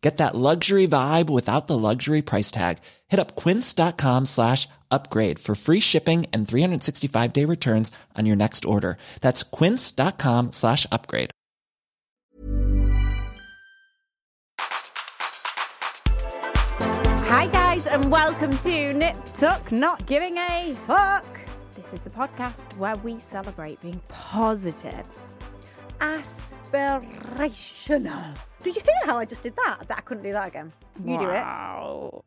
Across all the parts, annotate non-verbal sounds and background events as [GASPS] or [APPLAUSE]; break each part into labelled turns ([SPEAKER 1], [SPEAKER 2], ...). [SPEAKER 1] Get that luxury vibe without the luxury price tag. Hit up quince.com slash upgrade for free shipping and 365 day returns on your next order. That's quince.com slash upgrade.
[SPEAKER 2] Hi, guys, and welcome to Nip Tuck Not Giving a Fuck. This is the podcast where we celebrate being positive, aspirational. Did you hear how I just did that? That I couldn't do that again. You do it.
[SPEAKER 3] Wow.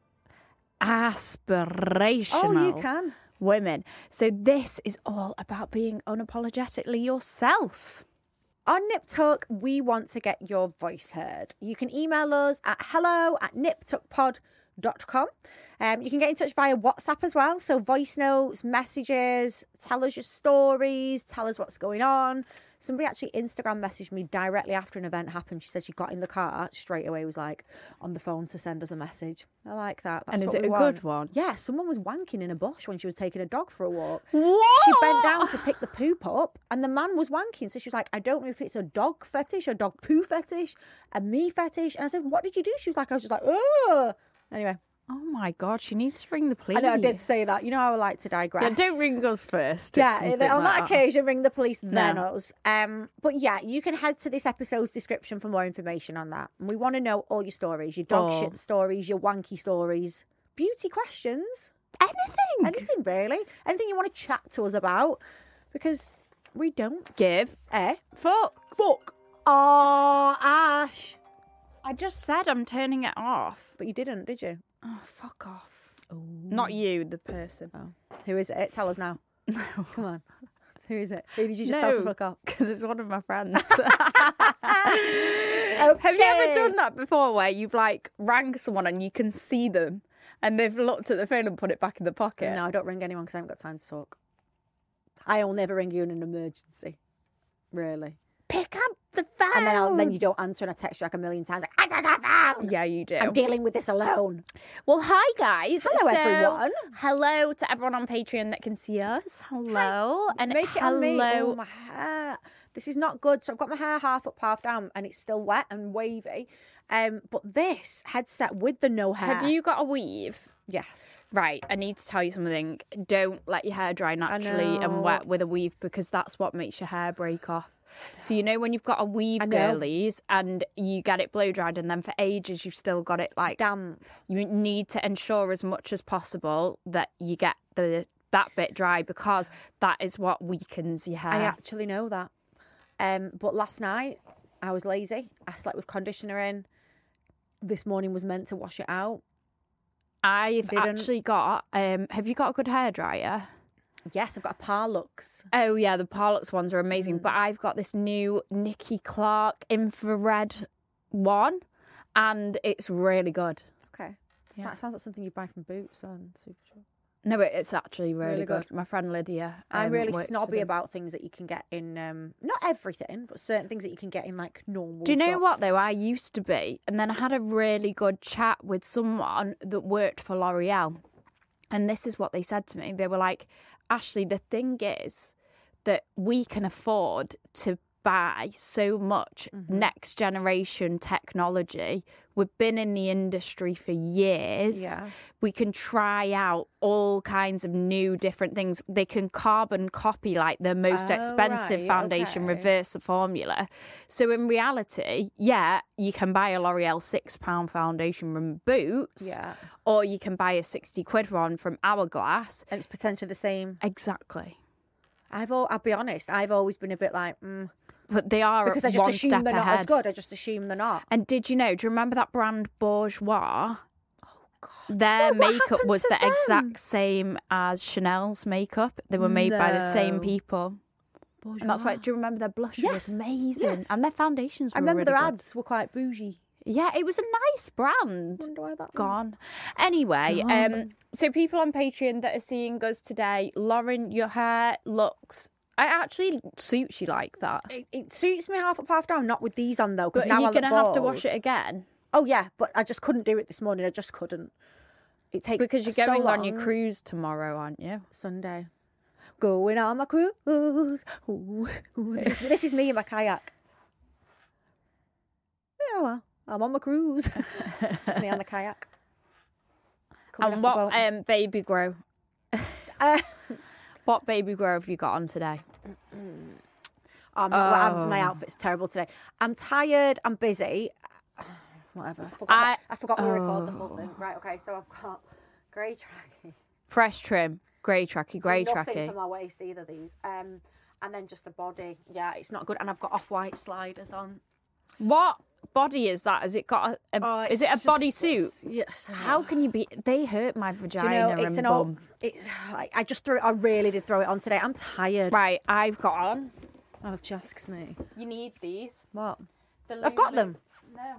[SPEAKER 3] Aspirational.
[SPEAKER 2] Oh, you can.
[SPEAKER 3] Women. So this is all about being unapologetically yourself.
[SPEAKER 2] On Nip Tuck, we want to get your voice heard. You can email us at hello at niptuckpod.com. Um, you can get in touch via WhatsApp as well. So, voice notes, messages, tell us your stories, tell us what's going on. Somebody actually Instagram messaged me directly after an event happened. She said she got in the car straight away, was like on the phone to send us a message. I like that. That's
[SPEAKER 3] And is
[SPEAKER 2] what
[SPEAKER 3] it
[SPEAKER 2] we
[SPEAKER 3] a
[SPEAKER 2] want.
[SPEAKER 3] good one?
[SPEAKER 2] Yeah, someone was wanking in a bush when she was taking a dog for a walk.
[SPEAKER 3] What?
[SPEAKER 2] She bent down to pick the poop up, and the man was wanking. So she was like, I don't know if it's a dog fetish, a dog poo fetish, a me fetish. And I said, What did you do? She was like, I was just like, Oh. Anyway,
[SPEAKER 3] Oh my god, she needs to ring the police.
[SPEAKER 2] I know I did say that. You know, I would like to digress.
[SPEAKER 3] Yeah, don't ring us first. if
[SPEAKER 2] Yeah,
[SPEAKER 3] something
[SPEAKER 2] on that
[SPEAKER 3] like
[SPEAKER 2] occasion, ring the police, then
[SPEAKER 3] No.
[SPEAKER 2] us. Um, but yeah, you can head to this episode's description for more information on that. And we want to know all your stories, your dog
[SPEAKER 3] Oh.
[SPEAKER 2] shit stories, your wanky stories, beauty questions,
[SPEAKER 3] Anything.
[SPEAKER 2] anything really, anything you want to chat to us about, because we don't.
[SPEAKER 3] Give
[SPEAKER 2] Eh?
[SPEAKER 3] fuck.
[SPEAKER 2] Fuck. Oh, Ash.
[SPEAKER 3] I just said I'm turning it off.
[SPEAKER 2] But you didn't, did you?
[SPEAKER 3] Oh, fuck off. Not you, the person.
[SPEAKER 2] Who is it? Tell us
[SPEAKER 3] [LAUGHS]
[SPEAKER 2] now. No. Come on. Who is it? Who did you just
[SPEAKER 3] no,
[SPEAKER 2] tell to fuck off?
[SPEAKER 3] Because it's one of my
[SPEAKER 2] [LAUGHS]
[SPEAKER 3] friends. Have you ever
[SPEAKER 2] Okay.
[SPEAKER 3] done that before where you've like rang someone and you can see them and they've looked at the phone and put it back in the pocket?
[SPEAKER 2] No, I don't ring anyone because I haven't got time to talk. I'll never ring you in an emergency. Really.
[SPEAKER 3] Pick up the phone.
[SPEAKER 2] And then I'll, then you don't answer and I text you like a million times like, I don't have phone.
[SPEAKER 3] Yeah, you do.
[SPEAKER 2] I'm dealing with this alone.
[SPEAKER 3] Well, hi guys.
[SPEAKER 2] Hello,
[SPEAKER 3] So,
[SPEAKER 2] everyone.
[SPEAKER 3] Hello to everyone on Patreon that can see us. Hello and
[SPEAKER 2] Make it
[SPEAKER 3] hello.
[SPEAKER 2] on me. Oh, my hair. This is not good. So I've got my hair half up, half down, and it's still wet and wavy. Um, but this headset with the no hair.
[SPEAKER 3] Have you got a weave?
[SPEAKER 2] Yes.
[SPEAKER 3] Right, I need to tell you something. Don't let your hair dry naturally
[SPEAKER 2] know.
[SPEAKER 3] and wet with a weave because that's what makes your hair break off. So you know when you've got a weave
[SPEAKER 2] I know.
[SPEAKER 3] girlies and you get it blow dried and then for ages you've still got it like
[SPEAKER 2] Damn.
[SPEAKER 3] you need to ensure as much as possible that you get the that bit dry because that is what weakens your hair.
[SPEAKER 2] I actually know that. Um, but last night I was lazy. I slept with conditioner in. This morning was meant to wash it out.
[SPEAKER 3] I've
[SPEAKER 2] Didn't-
[SPEAKER 3] actually got. Um, have you got a good hairdryer?
[SPEAKER 2] Yes, I've got a Parlux.
[SPEAKER 3] Oh yeah, the Parlux ones are amazing. But I've got this new Nikki Clark infrared one, and it's really good.
[SPEAKER 2] Okay. Does That sounds like something you buy from Boots on Super Shop.
[SPEAKER 3] No, it- it's actually really,
[SPEAKER 2] Really
[SPEAKER 3] good.
[SPEAKER 2] good.
[SPEAKER 3] My friend Lydia.
[SPEAKER 2] I'm
[SPEAKER 3] um,
[SPEAKER 2] really
[SPEAKER 3] works for
[SPEAKER 2] snobby
[SPEAKER 3] them.
[SPEAKER 2] about things that you can get in, um, not everything, but certain things that you can get in like normal.
[SPEAKER 3] Do you know what
[SPEAKER 2] shops.
[SPEAKER 3] though? I used to be, and then I had a really good chat with someone that worked for L'Oreal, and this is what they said to me. They were like, "Ashley, the thing is that we can afford to buy so much
[SPEAKER 2] Mm-hmm.
[SPEAKER 3] next generation technology. We've been in the industry for years.
[SPEAKER 2] Yeah.
[SPEAKER 3] We can try out all kinds of new different things. They can carbon copy like the most
[SPEAKER 2] Oh,
[SPEAKER 3] expensive
[SPEAKER 2] right,
[SPEAKER 3] foundation
[SPEAKER 2] okay.
[SPEAKER 3] reverse the formula. So in reality, yeah, you can buy a L'Oreal six pound foundation from Boots,
[SPEAKER 2] Yeah.
[SPEAKER 3] or you can buy a sixty quid one from Hourglass.
[SPEAKER 2] And it's potentially the same.
[SPEAKER 3] Exactly.
[SPEAKER 2] I've all, I'll be honest, I've always been a bit like, mm,
[SPEAKER 3] But they are
[SPEAKER 2] because I just
[SPEAKER 3] one
[SPEAKER 2] assume
[SPEAKER 3] step
[SPEAKER 2] they're not
[SPEAKER 3] ahead.
[SPEAKER 2] as good. I just assume they're not.
[SPEAKER 3] And did you know? Do you remember that brand Bourgeois?
[SPEAKER 2] Yeah,
[SPEAKER 3] Their
[SPEAKER 2] what
[SPEAKER 3] makeup
[SPEAKER 2] happened
[SPEAKER 3] was
[SPEAKER 2] to
[SPEAKER 3] the
[SPEAKER 2] them?
[SPEAKER 3] exact same as Chanel's makeup. They were made by the same
[SPEAKER 2] No.
[SPEAKER 3] people. And that's why, do you remember their blush
[SPEAKER 2] Yes,
[SPEAKER 3] was amazing?
[SPEAKER 2] yes.
[SPEAKER 3] And their foundations were
[SPEAKER 2] I remember
[SPEAKER 3] really
[SPEAKER 2] their
[SPEAKER 3] good.
[SPEAKER 2] ads were quite bougie.
[SPEAKER 3] Yeah, it was a nice brand.
[SPEAKER 2] Wonder why that
[SPEAKER 3] Gone. Anyway, um,
[SPEAKER 2] Gone.
[SPEAKER 3] so people on Patreon that are seeing us today, Lauren, your hair looks. I actually suits you like that.
[SPEAKER 2] It, it suits me half up, half down. Not with these on though, because
[SPEAKER 3] But
[SPEAKER 2] now
[SPEAKER 3] are you
[SPEAKER 2] I look
[SPEAKER 3] gonna have to wash
[SPEAKER 2] bald.
[SPEAKER 3] it again
[SPEAKER 2] Oh yeah, but I just couldn't do it this morning. I just couldn't. It takes
[SPEAKER 3] because you're
[SPEAKER 2] so
[SPEAKER 3] going on your
[SPEAKER 2] long.
[SPEAKER 3] cruise tomorrow, aren't you?
[SPEAKER 2] Sunday. Going on my cruise. Ooh, ooh, This, is, this is me in my kayak. Yeah, well, I'm on my cruise. [LAUGHS] this is me on the kayak. Coming
[SPEAKER 3] and
[SPEAKER 2] off the
[SPEAKER 3] what
[SPEAKER 2] boat.
[SPEAKER 3] um, baby grow?
[SPEAKER 2] Uh,
[SPEAKER 3] What baby grow have you got on today?
[SPEAKER 2] oh, my, well, I'm- my outfit's terrible today. I'm tired. I'm busy. [SIGHS] Whatever. I forgot, that-
[SPEAKER 3] I- Oh.
[SPEAKER 2] I forgot we recorded the full thing. Right. Okay. So I've got grey tracking.
[SPEAKER 3] Fresh trim, grey tracky, grey
[SPEAKER 2] Nothing
[SPEAKER 3] tracky.
[SPEAKER 2] to my waist either. These. Um, and then just the body. Yeah, it's not good. And I've got off-white sliders on.
[SPEAKER 3] What body is that? Has it got a? a
[SPEAKER 2] Oh,
[SPEAKER 3] is it a
[SPEAKER 2] it's just-
[SPEAKER 3] bodysuit?
[SPEAKER 2] it's- Yes. I
[SPEAKER 3] How
[SPEAKER 2] know.
[SPEAKER 3] can you be? They hurt my
[SPEAKER 2] Do you
[SPEAKER 3] vagina
[SPEAKER 2] know it's
[SPEAKER 3] and
[SPEAKER 2] an
[SPEAKER 3] bum.
[SPEAKER 2] old? It, I I just threw. it. I really did throw it on today. I'm tired.
[SPEAKER 3] Right, I've got on.
[SPEAKER 2] Oh, jasks me.
[SPEAKER 3] You need these.
[SPEAKER 2] What?
[SPEAKER 3] The
[SPEAKER 2] I've got
[SPEAKER 3] Lulu-
[SPEAKER 2] them.
[SPEAKER 3] No.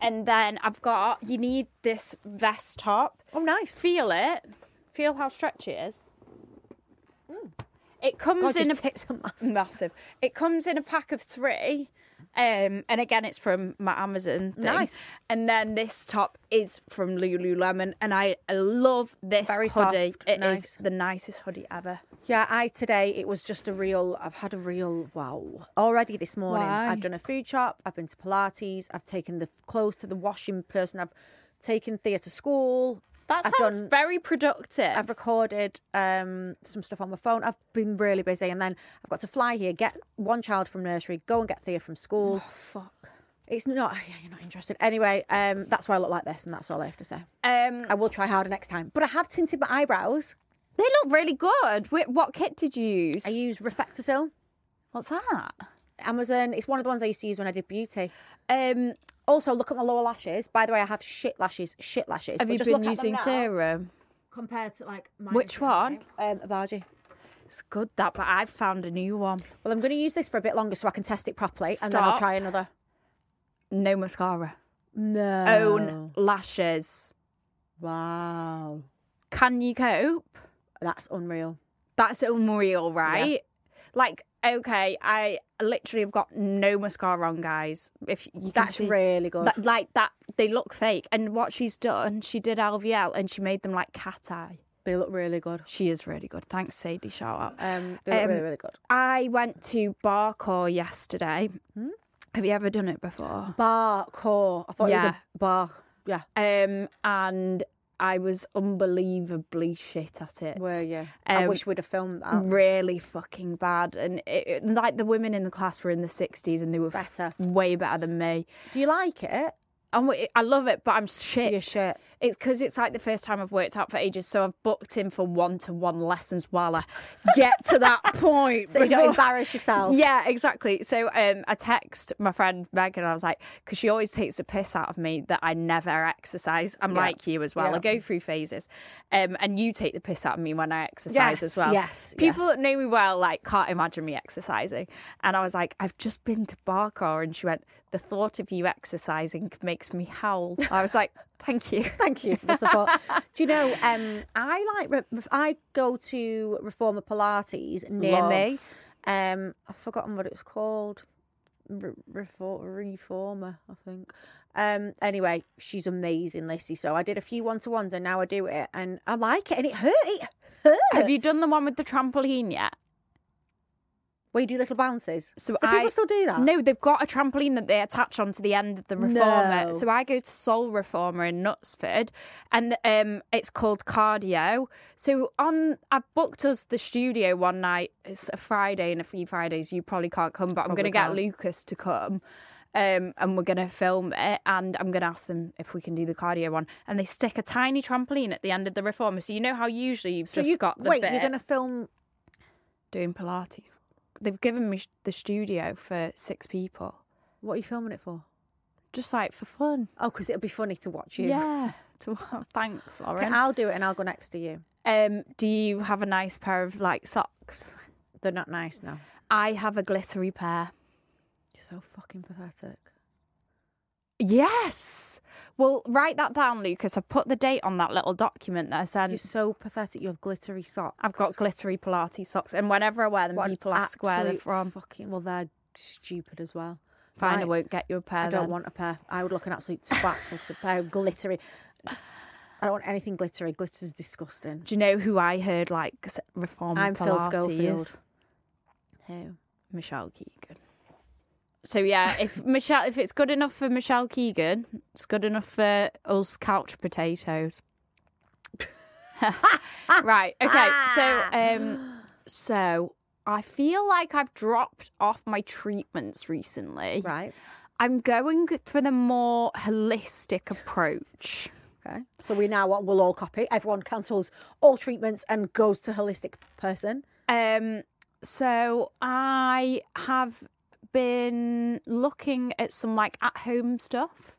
[SPEAKER 3] And then I've got. You need this vest top.
[SPEAKER 2] Oh, nice.
[SPEAKER 3] Feel it. Feel how stretchy it is. Mm. It
[SPEAKER 2] God,
[SPEAKER 3] comes
[SPEAKER 2] your
[SPEAKER 3] in a
[SPEAKER 2] tits are massive.
[SPEAKER 3] [LAUGHS] massive. It comes in a pack of three. Um, and again, it's from my Amazon. Thing.
[SPEAKER 2] Nice.
[SPEAKER 3] And then this top is from Lululemon, and I I love this
[SPEAKER 2] Very
[SPEAKER 3] hoodie.
[SPEAKER 2] soft,
[SPEAKER 3] It is
[SPEAKER 2] nice.
[SPEAKER 3] the nicest hoodie ever.
[SPEAKER 2] [LAUGHS] Yeah, I today it was just a real. I've had a real wow already this morning.
[SPEAKER 3] Why?
[SPEAKER 2] I've done a food shop. I've been to Pilates. I've taken the clothes to the washing person. I've taken Thea to school.
[SPEAKER 3] That
[SPEAKER 2] I've
[SPEAKER 3] sounds
[SPEAKER 2] done-
[SPEAKER 3] very productive.
[SPEAKER 2] I've recorded um, some stuff on my phone. I've been really busy, and then I've got to fly here, get one child from nursery, go and get Thea from
[SPEAKER 3] Oh.
[SPEAKER 2] school.
[SPEAKER 3] Fuck.
[SPEAKER 2] It's not. [SIGHS] Yeah, you're not interested. Anyway, um, that's why I look like this, and that's all I have to say.
[SPEAKER 3] Um,
[SPEAKER 2] I will try harder next time. But I have tinted my eyebrows.
[SPEAKER 3] they look really good. Wh- What kit did you use?
[SPEAKER 2] I use Reflectosil,
[SPEAKER 3] What's that?
[SPEAKER 2] Amazon. It's one of the ones I used to use when I did beauty.
[SPEAKER 3] Um,
[SPEAKER 2] Also, look at my lower lashes. By the way, I have shit lashes. Shit lashes.
[SPEAKER 3] have
[SPEAKER 2] But
[SPEAKER 3] you
[SPEAKER 2] just
[SPEAKER 3] been
[SPEAKER 2] look at them
[SPEAKER 3] using
[SPEAKER 2] now
[SPEAKER 3] serum?
[SPEAKER 2] Compared to like mine
[SPEAKER 3] Which
[SPEAKER 2] from
[SPEAKER 3] one?
[SPEAKER 2] now. Um, Abaji.
[SPEAKER 3] It's good that, but I've found a new one.
[SPEAKER 2] Well, I'm going to use this for a bit longer so I can test it properly, and then I'll
[SPEAKER 3] Stop.
[SPEAKER 2] try another.
[SPEAKER 3] No mascara.
[SPEAKER 2] No. Oh.
[SPEAKER 3] Own lashes.
[SPEAKER 2] Wow.
[SPEAKER 3] Can you cope?
[SPEAKER 2] That's unreal.
[SPEAKER 3] That's unreal, right? Like, okay, I literally have got no mascara on, guys. If you can
[SPEAKER 2] That's
[SPEAKER 3] see-
[SPEAKER 2] really good.
[SPEAKER 3] that, like that, they look fake. And what she's done, she did LVL and she made them like cat eye.
[SPEAKER 2] They look really good.
[SPEAKER 3] She is really good. Thanks, Sadie. Shout out.
[SPEAKER 2] Um, they look
[SPEAKER 3] Um,
[SPEAKER 2] really, really good.
[SPEAKER 3] I went to Barcore yesterday.
[SPEAKER 2] Hmm?
[SPEAKER 3] Have you ever done it before?
[SPEAKER 2] Bar core. I thought it was
[SPEAKER 3] Yeah.
[SPEAKER 2] a bar. Yeah.
[SPEAKER 3] Um, and I was unbelievably shit at it.
[SPEAKER 2] Were you? Oh. I
[SPEAKER 3] Um,
[SPEAKER 2] wish we'd have filmed that.
[SPEAKER 3] Really fucking bad, and it, it- like the women in the class were in the sixties, and they were f-
[SPEAKER 2] Better.
[SPEAKER 3] way better than me.
[SPEAKER 2] Do you like [LAUGHS] it?
[SPEAKER 3] And we- I love it, but I'm shit.
[SPEAKER 2] You're shit.
[SPEAKER 3] It's because it's like the first time I've worked out for ages, so I've booked in for one to one lessons while I get to that
[SPEAKER 2] [LAUGHS]
[SPEAKER 3] point.
[SPEAKER 2] So you don't
[SPEAKER 3] before-
[SPEAKER 2] embarrass yourself.
[SPEAKER 3] Yeah, exactly. So um, I text my friend Meg and I was like, because she always takes the piss out of me that I never exercise. I'm like you as well.
[SPEAKER 2] Yeah.
[SPEAKER 3] I go through phases, um, and you take the piss out of me when I exercise
[SPEAKER 2] Yes,
[SPEAKER 3] as well.
[SPEAKER 2] yes,
[SPEAKER 3] people
[SPEAKER 2] yes.
[SPEAKER 3] that know me well like can't imagine me exercising. And I was like, I've just been to Barcar, and she went, the thought of you exercising makes me howl. I was like,
[SPEAKER 2] [LAUGHS]
[SPEAKER 3] thank you.
[SPEAKER 2] Thank you for the support. Do you know? Um, I like. Re- ref- I go to Reformer Pilates near me. Um, I've forgotten what it's called. Re- Refor- reformer, I think. Um, anyway, she's amazing, Lissy. So I did a few one to ones, and now I do it, and I like it, and it hurt. It hurts.
[SPEAKER 3] Have you done the one with the trampoline yet?
[SPEAKER 2] Where you do little bounces?
[SPEAKER 3] So
[SPEAKER 2] do
[SPEAKER 3] I-
[SPEAKER 2] people still do that?
[SPEAKER 3] No, they've got a trampoline that they attach onto the end of the reformer.
[SPEAKER 2] No.
[SPEAKER 3] So I go to Soul Reformer in Knutsford, and um, it's called Cardio. So on, I booked us the studio one night. It's a Friday, and a few Fridays you probably can't come, but I'm going
[SPEAKER 2] Probably
[SPEAKER 3] to get
[SPEAKER 2] can't.
[SPEAKER 3] Lucas to come. um, and we're going to film it. And I'm going to ask them if we can do the cardio one. And they stick a tiny trampoline at the end of the reformer. So you know how usually you've
[SPEAKER 2] So
[SPEAKER 3] just
[SPEAKER 2] you
[SPEAKER 3] got the
[SPEAKER 2] wait,
[SPEAKER 3] bit
[SPEAKER 2] you're going to film.
[SPEAKER 3] doing Pilates. They've given me sh- the studio for six people,
[SPEAKER 2] What are you filming it for?
[SPEAKER 3] just like for fun.
[SPEAKER 2] Oh, because it'll be funny to watch you.
[SPEAKER 3] [LAUGHS] Yeah. To, thanks,
[SPEAKER 2] Okay,
[SPEAKER 3] Lauren.
[SPEAKER 2] I'll do it and I'll go next to you.
[SPEAKER 3] Um, do you have a nice pair of like socks?
[SPEAKER 2] They're not nice now.
[SPEAKER 3] I have a glittery pair.
[SPEAKER 2] You're so fucking pathetic.
[SPEAKER 3] Yes. Well, write that down, Lucas. I put the date on that little document that I
[SPEAKER 2] You're
[SPEAKER 3] sent.
[SPEAKER 2] so pathetic. You have glittery socks.
[SPEAKER 3] I've got glittery Pilates socks, and whenever I wear them,
[SPEAKER 2] What an
[SPEAKER 3] people ask where they're
[SPEAKER 2] absolute
[SPEAKER 3] from.
[SPEAKER 2] Fucking well, they're stupid as well.
[SPEAKER 3] Fine, I
[SPEAKER 2] Right.
[SPEAKER 3] won't get you a pair.
[SPEAKER 2] I don't
[SPEAKER 3] then.
[SPEAKER 2] want a pair. I would look an absolute twat with a pair of glittery. [SIGHS] I don't want anything glittery. Glitter's disgusting.
[SPEAKER 3] Do you know who I heard like s- reform
[SPEAKER 2] I'm Phil
[SPEAKER 3] Pilates?
[SPEAKER 2] Schofield.
[SPEAKER 3] Who? Michelle Keegan. So yeah, [LAUGHS] if Michelle, if it's good enough for Michelle Keegan, it's good enough for us couch potatoes. [LAUGHS] right. Okay. So um, so I feel like I've dropped off my treatments recently.
[SPEAKER 2] Right.
[SPEAKER 3] I'm going for the more holistic approach.
[SPEAKER 2] Okay. So we now what we'll all copy. Everyone cancels all treatments and goes to holistic person.
[SPEAKER 3] Um, so I have been looking at some like at home stuff.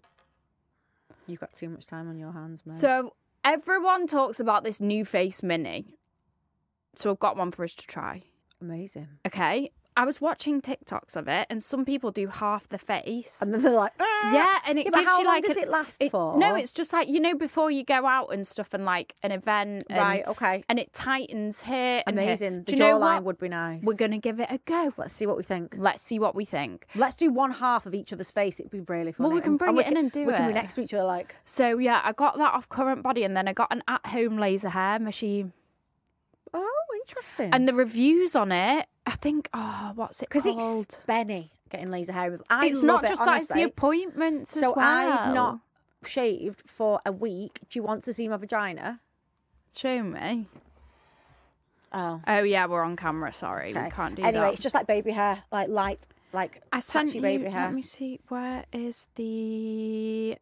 [SPEAKER 2] You've got too much time on your hands, mate.
[SPEAKER 3] So everyone talks about this new face mini. So I've got one for us to try.
[SPEAKER 2] amazing.
[SPEAKER 3] Okay. I was watching TikToks of it, and some people do half the face.
[SPEAKER 2] And then they're like, "Ah."
[SPEAKER 3] yeah, and it
[SPEAKER 2] Yeah, but
[SPEAKER 3] gives
[SPEAKER 2] how
[SPEAKER 3] you
[SPEAKER 2] long
[SPEAKER 3] like
[SPEAKER 2] does
[SPEAKER 3] a-
[SPEAKER 2] it last for?
[SPEAKER 3] No, it's just like you know before you go out and stuff, and like an event, and,
[SPEAKER 2] right. Okay.
[SPEAKER 3] and it tightens here. and here.
[SPEAKER 2] Amazing. The
[SPEAKER 3] Do you know
[SPEAKER 2] jawline
[SPEAKER 3] what?
[SPEAKER 2] would be nice.
[SPEAKER 3] We're gonna give it a go.
[SPEAKER 2] Let's see what we think.
[SPEAKER 3] Let's see what we think.
[SPEAKER 2] Let's do one half of each other's face. It'd be really fun.
[SPEAKER 3] Well, we can bring it in and do
[SPEAKER 2] We can be
[SPEAKER 3] it.
[SPEAKER 2] next to each other, like
[SPEAKER 3] So yeah, I got that off current body, and then I got an at-home laser hair machine.
[SPEAKER 2] oh, interesting.
[SPEAKER 3] And the reviews on it, I think, oh, what's it
[SPEAKER 2] because
[SPEAKER 3] called?
[SPEAKER 2] it's Benny getting laser hair. I
[SPEAKER 3] it's
[SPEAKER 2] love
[SPEAKER 3] not
[SPEAKER 2] it,
[SPEAKER 3] just that; it's the
[SPEAKER 2] honestly.
[SPEAKER 3] appointments as
[SPEAKER 2] So
[SPEAKER 3] well.
[SPEAKER 2] I've not shaved for a week. Do you want to see my vagina?
[SPEAKER 3] show me.
[SPEAKER 2] Oh,
[SPEAKER 3] Oh yeah, we're on camera. Sorry, we can't do
[SPEAKER 2] anyway,
[SPEAKER 3] that.
[SPEAKER 2] it's just like baby hair, like light, like
[SPEAKER 3] I sent
[SPEAKER 2] patchy
[SPEAKER 3] you.
[SPEAKER 2] baby hair.
[SPEAKER 3] Let me see. Where is the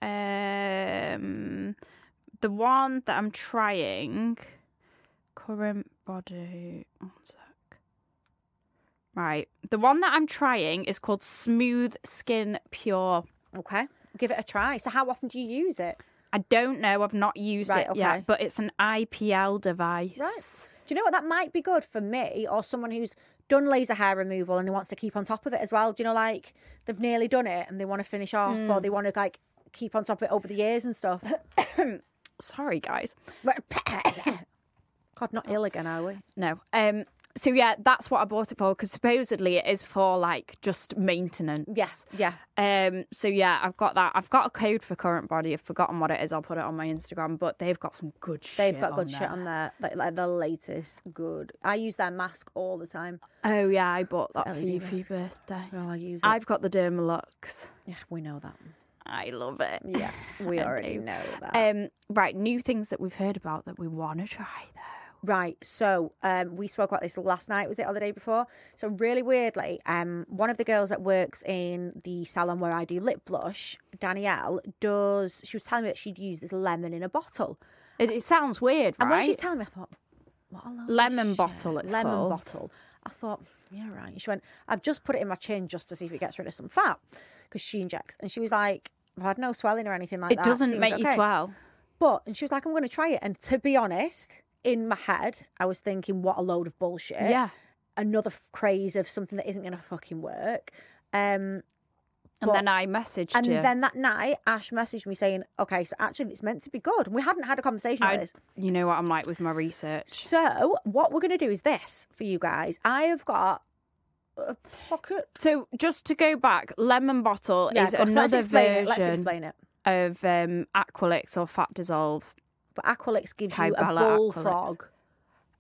[SPEAKER 3] um the one that I'm trying? Current body. One sec. Right. The one that I'm trying is called Smooth Skin Pure.
[SPEAKER 2] Okay, give it a try. So, how often do you use it?
[SPEAKER 3] I don't know. I've not used
[SPEAKER 2] Right,
[SPEAKER 3] it yet,
[SPEAKER 2] okay.
[SPEAKER 3] but it's an IPL device.
[SPEAKER 2] Right. Do you know what? That might be good for me or someone who's done laser hair removal and who wants to keep on top of it as well. Do you know, like they've nearly done it and they want to finish off or they want to like keep on top of it over the years and [COUGHS] stuff.
[SPEAKER 3] Sorry, guys.
[SPEAKER 2] God, not ill again, are we?
[SPEAKER 3] No. Um. So yeah, that's what I bought it for because supposedly it is for like just maintenance.
[SPEAKER 2] Yes. Yeah.
[SPEAKER 3] Um, so yeah, I've got that. I've got a code for current body. I've forgotten what it is. I'll put it on my Instagram. But they've got some good shit.
[SPEAKER 2] They've got
[SPEAKER 3] on
[SPEAKER 2] good
[SPEAKER 3] there.
[SPEAKER 2] shit on there, like, like the latest good. I use their mask all the time.
[SPEAKER 3] Oh yeah, I bought that for
[SPEAKER 2] LED
[SPEAKER 3] you for your
[SPEAKER 2] E mask.
[SPEAKER 3] birthday.
[SPEAKER 2] Well, Oh, I use it.
[SPEAKER 3] I've got the Dermalux.
[SPEAKER 2] yeah, we know that.
[SPEAKER 3] I love it.
[SPEAKER 2] Yeah, we [LAUGHS]
[SPEAKER 3] I
[SPEAKER 2] already
[SPEAKER 3] do.
[SPEAKER 2] know that.
[SPEAKER 3] [LAUGHS] Um, right, new things that we've heard about that we want to try though.
[SPEAKER 2] Right. So um, we spoke about this last night, was it, or the day before? So, really weirdly, um, one of the girls that works in the salon where I do lip blush, Danielle, does, she was telling me that she'd use this lemon in a bottle.
[SPEAKER 3] It, it sounds weird,
[SPEAKER 2] And when
[SPEAKER 3] right?
[SPEAKER 2] she's telling me, I thought, what a load of
[SPEAKER 3] Lemon
[SPEAKER 2] shit.
[SPEAKER 3] bottle it's
[SPEAKER 2] Lemon
[SPEAKER 3] called.
[SPEAKER 2] bottle. I thought, yeah, right. She went, I've just put it in my chin just to see if it gets rid of some fat because she injects. And she was like, I've had no swelling or anything like
[SPEAKER 3] it
[SPEAKER 2] that.
[SPEAKER 3] doesn't
[SPEAKER 2] Seems
[SPEAKER 3] make you
[SPEAKER 2] okay."
[SPEAKER 3] swell.
[SPEAKER 2] But and she was like, I'm going to try it. And to be honest, in my head, I was thinking, what a load of bullshit.
[SPEAKER 3] yeah.
[SPEAKER 2] Another f- craze of something that isn't going to fucking work. Um,
[SPEAKER 3] And
[SPEAKER 2] but-
[SPEAKER 3] then I messaged
[SPEAKER 2] and
[SPEAKER 3] you.
[SPEAKER 2] then that night, Ash messaged me saying, okay, so actually, it's meant to be good. And we hadn't had a conversation about
[SPEAKER 3] I-
[SPEAKER 2] this.
[SPEAKER 3] you know what I'm like with my research.
[SPEAKER 2] So, what we're going to do is this for you guys. I have got a pocket.
[SPEAKER 3] So just to go back, lemon bottle is
[SPEAKER 2] go on, so let's
[SPEAKER 3] another
[SPEAKER 2] explain
[SPEAKER 3] version.
[SPEAKER 2] it. Let's explain it.
[SPEAKER 3] of um, Aqualix or Fat Dissolve.
[SPEAKER 2] But Aqualix gives you a
[SPEAKER 3] Kybella
[SPEAKER 2] bullfrog.
[SPEAKER 3] Aqualix.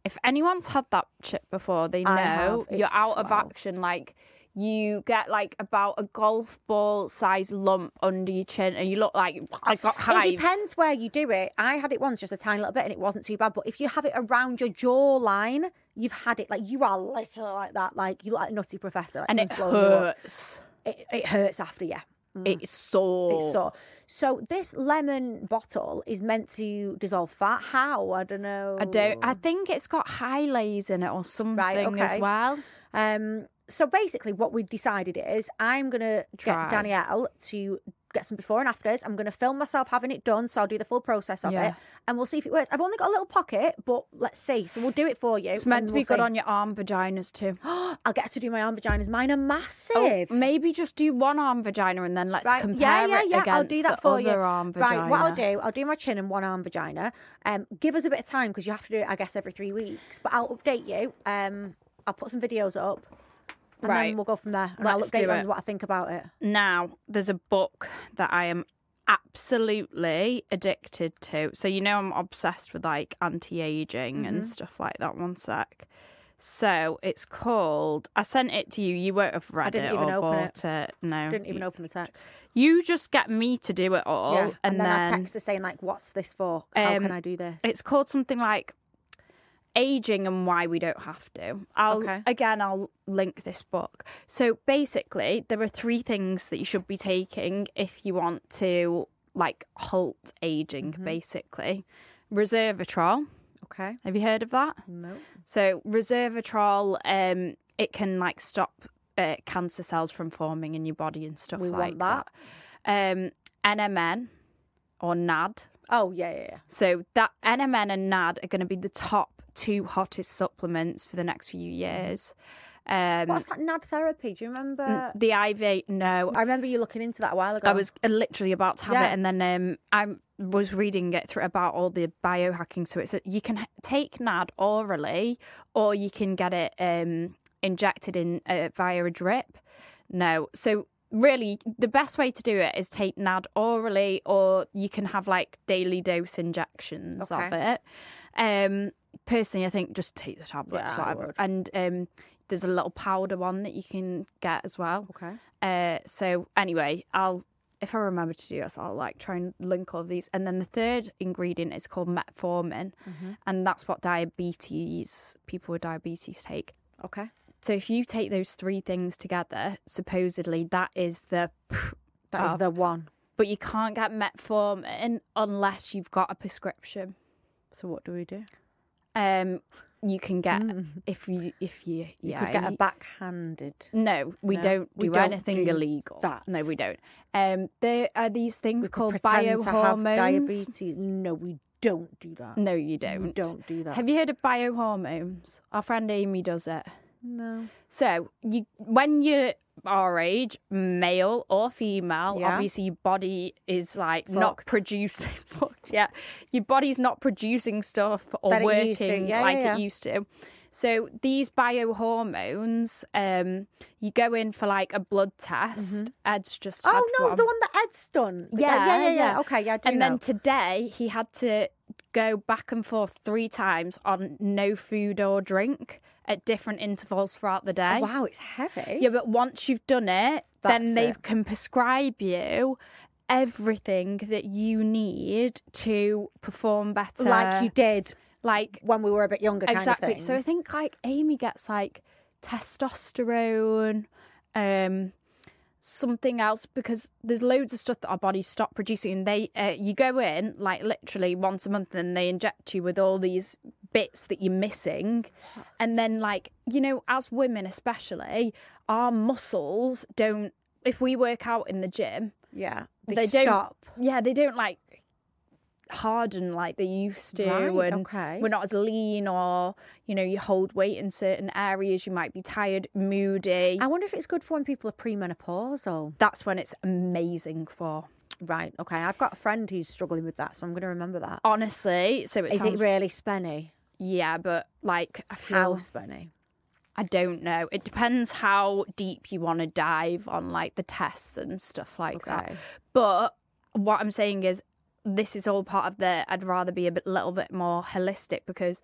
[SPEAKER 3] If anyone's had that chip before, they know
[SPEAKER 2] I have.
[SPEAKER 3] you're
[SPEAKER 2] It's-
[SPEAKER 3] out of
[SPEAKER 2] wow.
[SPEAKER 3] action. Like you get like about a golf ball size lump under your chin, and you look like I got hives.
[SPEAKER 2] It depends where you do it. I had it once, just a tiny little bit, and it wasn't too bad. But if you have it around your jawline, you've had it. Like you are literally like that. Like you look like a nutty professor. Like
[SPEAKER 3] and it
[SPEAKER 2] someone's blown you up.
[SPEAKER 3] hurts.
[SPEAKER 2] It, it hurts after, yeah.
[SPEAKER 3] It's sore.
[SPEAKER 2] It's so. So this lemon bottle is meant to dissolve fat. How? I don't know.
[SPEAKER 3] I don't. I think it's got highlights in it or something as
[SPEAKER 2] Oh. okay.
[SPEAKER 3] well.
[SPEAKER 2] Um, so basically, what we decided is I'm going to
[SPEAKER 3] Try.
[SPEAKER 2] get Danielle to get some before and afters. I'm going to film myself having it done. So I'll do the full process of
[SPEAKER 3] Yeah.
[SPEAKER 2] it and we'll see if it works. I've only got a little pocket, but let's see. So we'll do it for you.
[SPEAKER 3] It's meant
[SPEAKER 2] and
[SPEAKER 3] to be
[SPEAKER 2] we'll
[SPEAKER 3] good
[SPEAKER 2] see.
[SPEAKER 3] on your arm
[SPEAKER 2] [GASPS]
[SPEAKER 3] vaginas too.
[SPEAKER 2] I'll get her to do my arm vaginas. Mine are massive.
[SPEAKER 3] Oh, maybe just do one arm vagina and then let's compare
[SPEAKER 2] yeah, yeah,
[SPEAKER 3] it
[SPEAKER 2] yeah.
[SPEAKER 3] against
[SPEAKER 2] I'll do that
[SPEAKER 3] the
[SPEAKER 2] for
[SPEAKER 3] other
[SPEAKER 2] you.
[SPEAKER 3] arm vagina.
[SPEAKER 2] Right, what I'll do, I'll do my chin and one arm vagina. Um, give us a bit of time because you have to do it, I guess, every three weeks. But I'll update you. Um, I'll put some videos up, and
[SPEAKER 3] Right.
[SPEAKER 2] then we'll go from there. And
[SPEAKER 3] Let's
[SPEAKER 2] I'll update
[SPEAKER 3] do
[SPEAKER 2] you
[SPEAKER 3] it.
[SPEAKER 2] on what I think about it.
[SPEAKER 3] Now, there's a book that I am absolutely addicted to. So, you know, I'm obsessed with like anti aging and stuff like that. One sec. So, it's called, I sent it to you. You won't have read
[SPEAKER 2] didn't
[SPEAKER 3] it
[SPEAKER 2] even
[SPEAKER 3] or
[SPEAKER 2] open
[SPEAKER 3] bought it. No.
[SPEAKER 2] Didn't even open the text.
[SPEAKER 3] You just get me to do it all.
[SPEAKER 2] yeah,
[SPEAKER 3] Oh, And,
[SPEAKER 2] and, then,
[SPEAKER 3] then
[SPEAKER 2] I text her saying like, "What's this for? How
[SPEAKER 3] Um,
[SPEAKER 2] can I do this?"
[SPEAKER 3] it's called something like aging and why we don't have to i'll
[SPEAKER 2] Okay.
[SPEAKER 3] again i'll link this book so basically there are three things that you should be taking if you want to like halt aging
[SPEAKER 2] Mm-hmm.
[SPEAKER 3] basically resveratrol
[SPEAKER 2] okay.
[SPEAKER 3] have you heard of that
[SPEAKER 2] No.
[SPEAKER 3] so resveratrol um it can like stop uh, cancer cells from forming in your body and stuff
[SPEAKER 2] We
[SPEAKER 3] like
[SPEAKER 2] want that.
[SPEAKER 3] that um nmn or nad
[SPEAKER 2] Oh yeah, yeah, yeah.
[SPEAKER 3] so that NMN and NAD are going to be the top two hottest supplements for the next few years. Um,
[SPEAKER 2] What's that NAD therapy? Do you remember?
[SPEAKER 3] the IV? No,
[SPEAKER 2] I remember you looking into that a while ago.
[SPEAKER 3] Mm. I was uh, literally about to have
[SPEAKER 2] Yeah.
[SPEAKER 3] it, and then um, I was reading it through about all the biohacking. So it's you can h- take NAD orally, or you can get it um, injected in uh, via a drip. No, so really the best way to do it is take NAD orally, or you can have like daily dose injections of
[SPEAKER 2] Okay.
[SPEAKER 3] it. Um, personally, I think just take the tablets,
[SPEAKER 2] Yeah, I
[SPEAKER 3] whatever,
[SPEAKER 2] would.
[SPEAKER 3] and. Um, there's a little powder one that you can get as well.
[SPEAKER 2] okay.
[SPEAKER 3] Uh, so anyway, I'll if I remember to do this, I'll like try and link all of these. And then the third ingredient is called metformin,
[SPEAKER 2] Mm-hmm.
[SPEAKER 3] and that's what diabetes people with diabetes take.
[SPEAKER 2] Okay.
[SPEAKER 3] So if you take those three things together, supposedly that is the.
[SPEAKER 2] That is
[SPEAKER 3] of-
[SPEAKER 2] the one.
[SPEAKER 3] But you can't get metformin unless you've got a prescription.
[SPEAKER 2] So what do we do? Mm.
[SPEAKER 3] Um, you can get if you if you
[SPEAKER 2] You
[SPEAKER 3] yeah
[SPEAKER 2] could get a
[SPEAKER 3] you-
[SPEAKER 2] backhanded.
[SPEAKER 3] No, we
[SPEAKER 2] No,
[SPEAKER 3] don't
[SPEAKER 2] we
[SPEAKER 3] do
[SPEAKER 2] don't
[SPEAKER 3] anything
[SPEAKER 2] do
[SPEAKER 3] illegal.
[SPEAKER 2] that.
[SPEAKER 3] No, we don't. Um, there are these things
[SPEAKER 2] We could
[SPEAKER 3] called
[SPEAKER 2] pretend to have
[SPEAKER 3] biohormones.
[SPEAKER 2] diabetes. No, we don't do that.
[SPEAKER 3] No, you
[SPEAKER 2] We
[SPEAKER 3] don't.
[SPEAKER 2] don't do that.
[SPEAKER 3] Mm. Have you heard of biohormones? Our friend Amy does it.
[SPEAKER 2] No.
[SPEAKER 3] So you, when you're our age, male or female,
[SPEAKER 2] Yeah.
[SPEAKER 3] obviously your body is like not
[SPEAKER 2] Fucked.
[SPEAKER 3] producing. [LAUGHS] fucked, yeah, your body's not producing stuff or
[SPEAKER 2] That it
[SPEAKER 3] working
[SPEAKER 2] used to, yeah, yeah,
[SPEAKER 3] like
[SPEAKER 2] yeah.
[SPEAKER 3] it used to. So these biohormones, um, you go in for like a blood test. Ed's just had
[SPEAKER 2] Oh no,
[SPEAKER 3] one.
[SPEAKER 2] the one that Ed's done. The-
[SPEAKER 3] um, Yeah,
[SPEAKER 2] yeah, yeah,
[SPEAKER 3] yeah.
[SPEAKER 2] yeah. Okay, yeah, I do
[SPEAKER 3] And
[SPEAKER 2] know.
[SPEAKER 3] then today he had to go back and forth three times on no food or drink at different intervals throughout the day.
[SPEAKER 2] wow, it's heavy.
[SPEAKER 3] Yeah, but once you've done it, then
[SPEAKER 2] That's
[SPEAKER 3] they
[SPEAKER 2] it.
[SPEAKER 3] can prescribe you everything that you need to perform better.
[SPEAKER 2] like you did
[SPEAKER 3] like
[SPEAKER 2] when we were a bit younger. Kind
[SPEAKER 3] exactly.
[SPEAKER 2] Of thing.
[SPEAKER 3] So I think like Amy gets like testosterone, um, something else because there's loads of stuff that our bodies stop producing. And they, uh, you go in like literally once a month, and they inject you with all these bits that you're missing, and then like you know, as women especially, our muscles don't. If we work out in the gym,
[SPEAKER 2] yeah, they,
[SPEAKER 3] they don't-
[SPEAKER 2] stop.
[SPEAKER 3] yeah, they don't like harden like they used to,
[SPEAKER 2] Right,
[SPEAKER 3] and
[SPEAKER 2] okay.
[SPEAKER 3] we're not as lean, or you know, you hold weight in certain areas. You might be tired, moody.
[SPEAKER 2] I wonder if it's good for when people are premenopausal.
[SPEAKER 3] That's when it's amazing for.
[SPEAKER 2] Right. Okay. I've got a friend who's struggling with that, so I'm going to remember that.
[SPEAKER 3] Honestly, so Oh, it
[SPEAKER 2] Is
[SPEAKER 3] sounds
[SPEAKER 2] it really spenny?
[SPEAKER 3] yeah, but like I feel
[SPEAKER 2] How spenny?
[SPEAKER 3] I don't know. It depends how deep you want to dive on like the tests and stuff like that.
[SPEAKER 2] Okay.
[SPEAKER 3] But what I'm saying is, this is all part of the. I'd rather be a bit, little bit more holistic because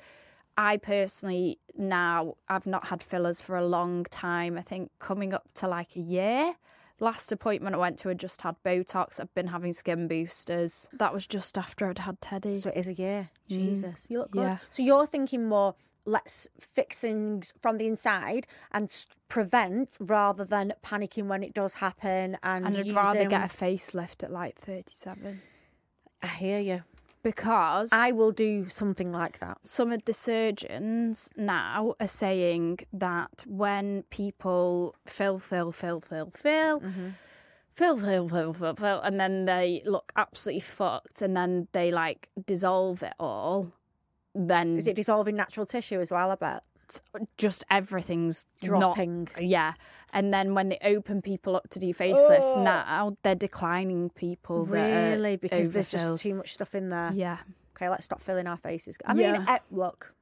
[SPEAKER 3] I personally now I've not had fillers for a long time. I think coming up to like a year. Last appointment I went to, I just had Botox. I've been having skin boosters. That was just after I'd had Teddy.
[SPEAKER 2] So it is a year. Jesus, you look good.
[SPEAKER 3] Mm. yeah.
[SPEAKER 2] So you're thinking more let's fix things from the inside and s- prevent rather than panicking when it does happen. And,
[SPEAKER 3] And I'd rather
[SPEAKER 2] using-
[SPEAKER 3] get a facelift at like 37
[SPEAKER 2] I hear you.
[SPEAKER 3] because
[SPEAKER 2] I will do something like that.
[SPEAKER 3] some of the surgeons now are saying that when people fill, fill, fill, fill, fill,
[SPEAKER 2] Mm-hmm.
[SPEAKER 3] fill, fill, fill, fill, fill, and then they look absolutely fucked, and then they like dissolve it all, then
[SPEAKER 2] Is it dissolving natural tissue as well? I bet.
[SPEAKER 3] just everything's not
[SPEAKER 2] Dropping.
[SPEAKER 3] Yeah. And then when they open people up to do facelifts
[SPEAKER 2] Oh.
[SPEAKER 3] now, they're declining people. that are
[SPEAKER 2] Really? Because there's
[SPEAKER 3] overfilled.
[SPEAKER 2] just too much stuff in there.
[SPEAKER 3] Yeah.
[SPEAKER 2] Okay, let's stop filling our faces. I mean,
[SPEAKER 3] Yeah.
[SPEAKER 2] eh, look,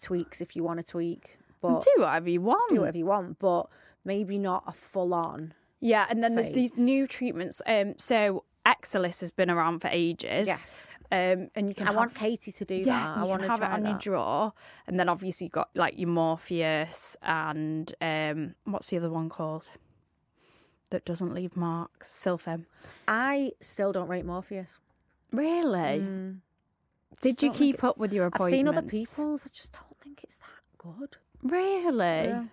[SPEAKER 2] tweaks if you want to tweak, but
[SPEAKER 3] Do whatever you want.
[SPEAKER 2] do whatever you want, but maybe not a full on.
[SPEAKER 3] Yeah. And then there's these
[SPEAKER 2] face.
[SPEAKER 3] new treatments. Um, so Exilis has been around for ages.
[SPEAKER 2] Yes.
[SPEAKER 3] Um, and you can
[SPEAKER 2] I
[SPEAKER 3] have,
[SPEAKER 2] want Katie to do
[SPEAKER 3] yeah,
[SPEAKER 2] that. I
[SPEAKER 3] you
[SPEAKER 2] want
[SPEAKER 3] can
[SPEAKER 2] to
[SPEAKER 3] have it
[SPEAKER 2] try
[SPEAKER 3] on your
[SPEAKER 2] that.
[SPEAKER 3] drawer. And then obviously you've got like your Morpheus and um, what's the other one called? That doesn't leave marks. Silphem.
[SPEAKER 2] I still don't rate Morpheus.
[SPEAKER 3] Really?
[SPEAKER 2] Hmm.
[SPEAKER 3] Did
[SPEAKER 2] Just
[SPEAKER 3] you
[SPEAKER 2] don't think
[SPEAKER 3] keep up with your
[SPEAKER 2] I've
[SPEAKER 3] appointments?
[SPEAKER 2] seen other people's. I just don't think it's that good.
[SPEAKER 3] Really?
[SPEAKER 2] Yeah.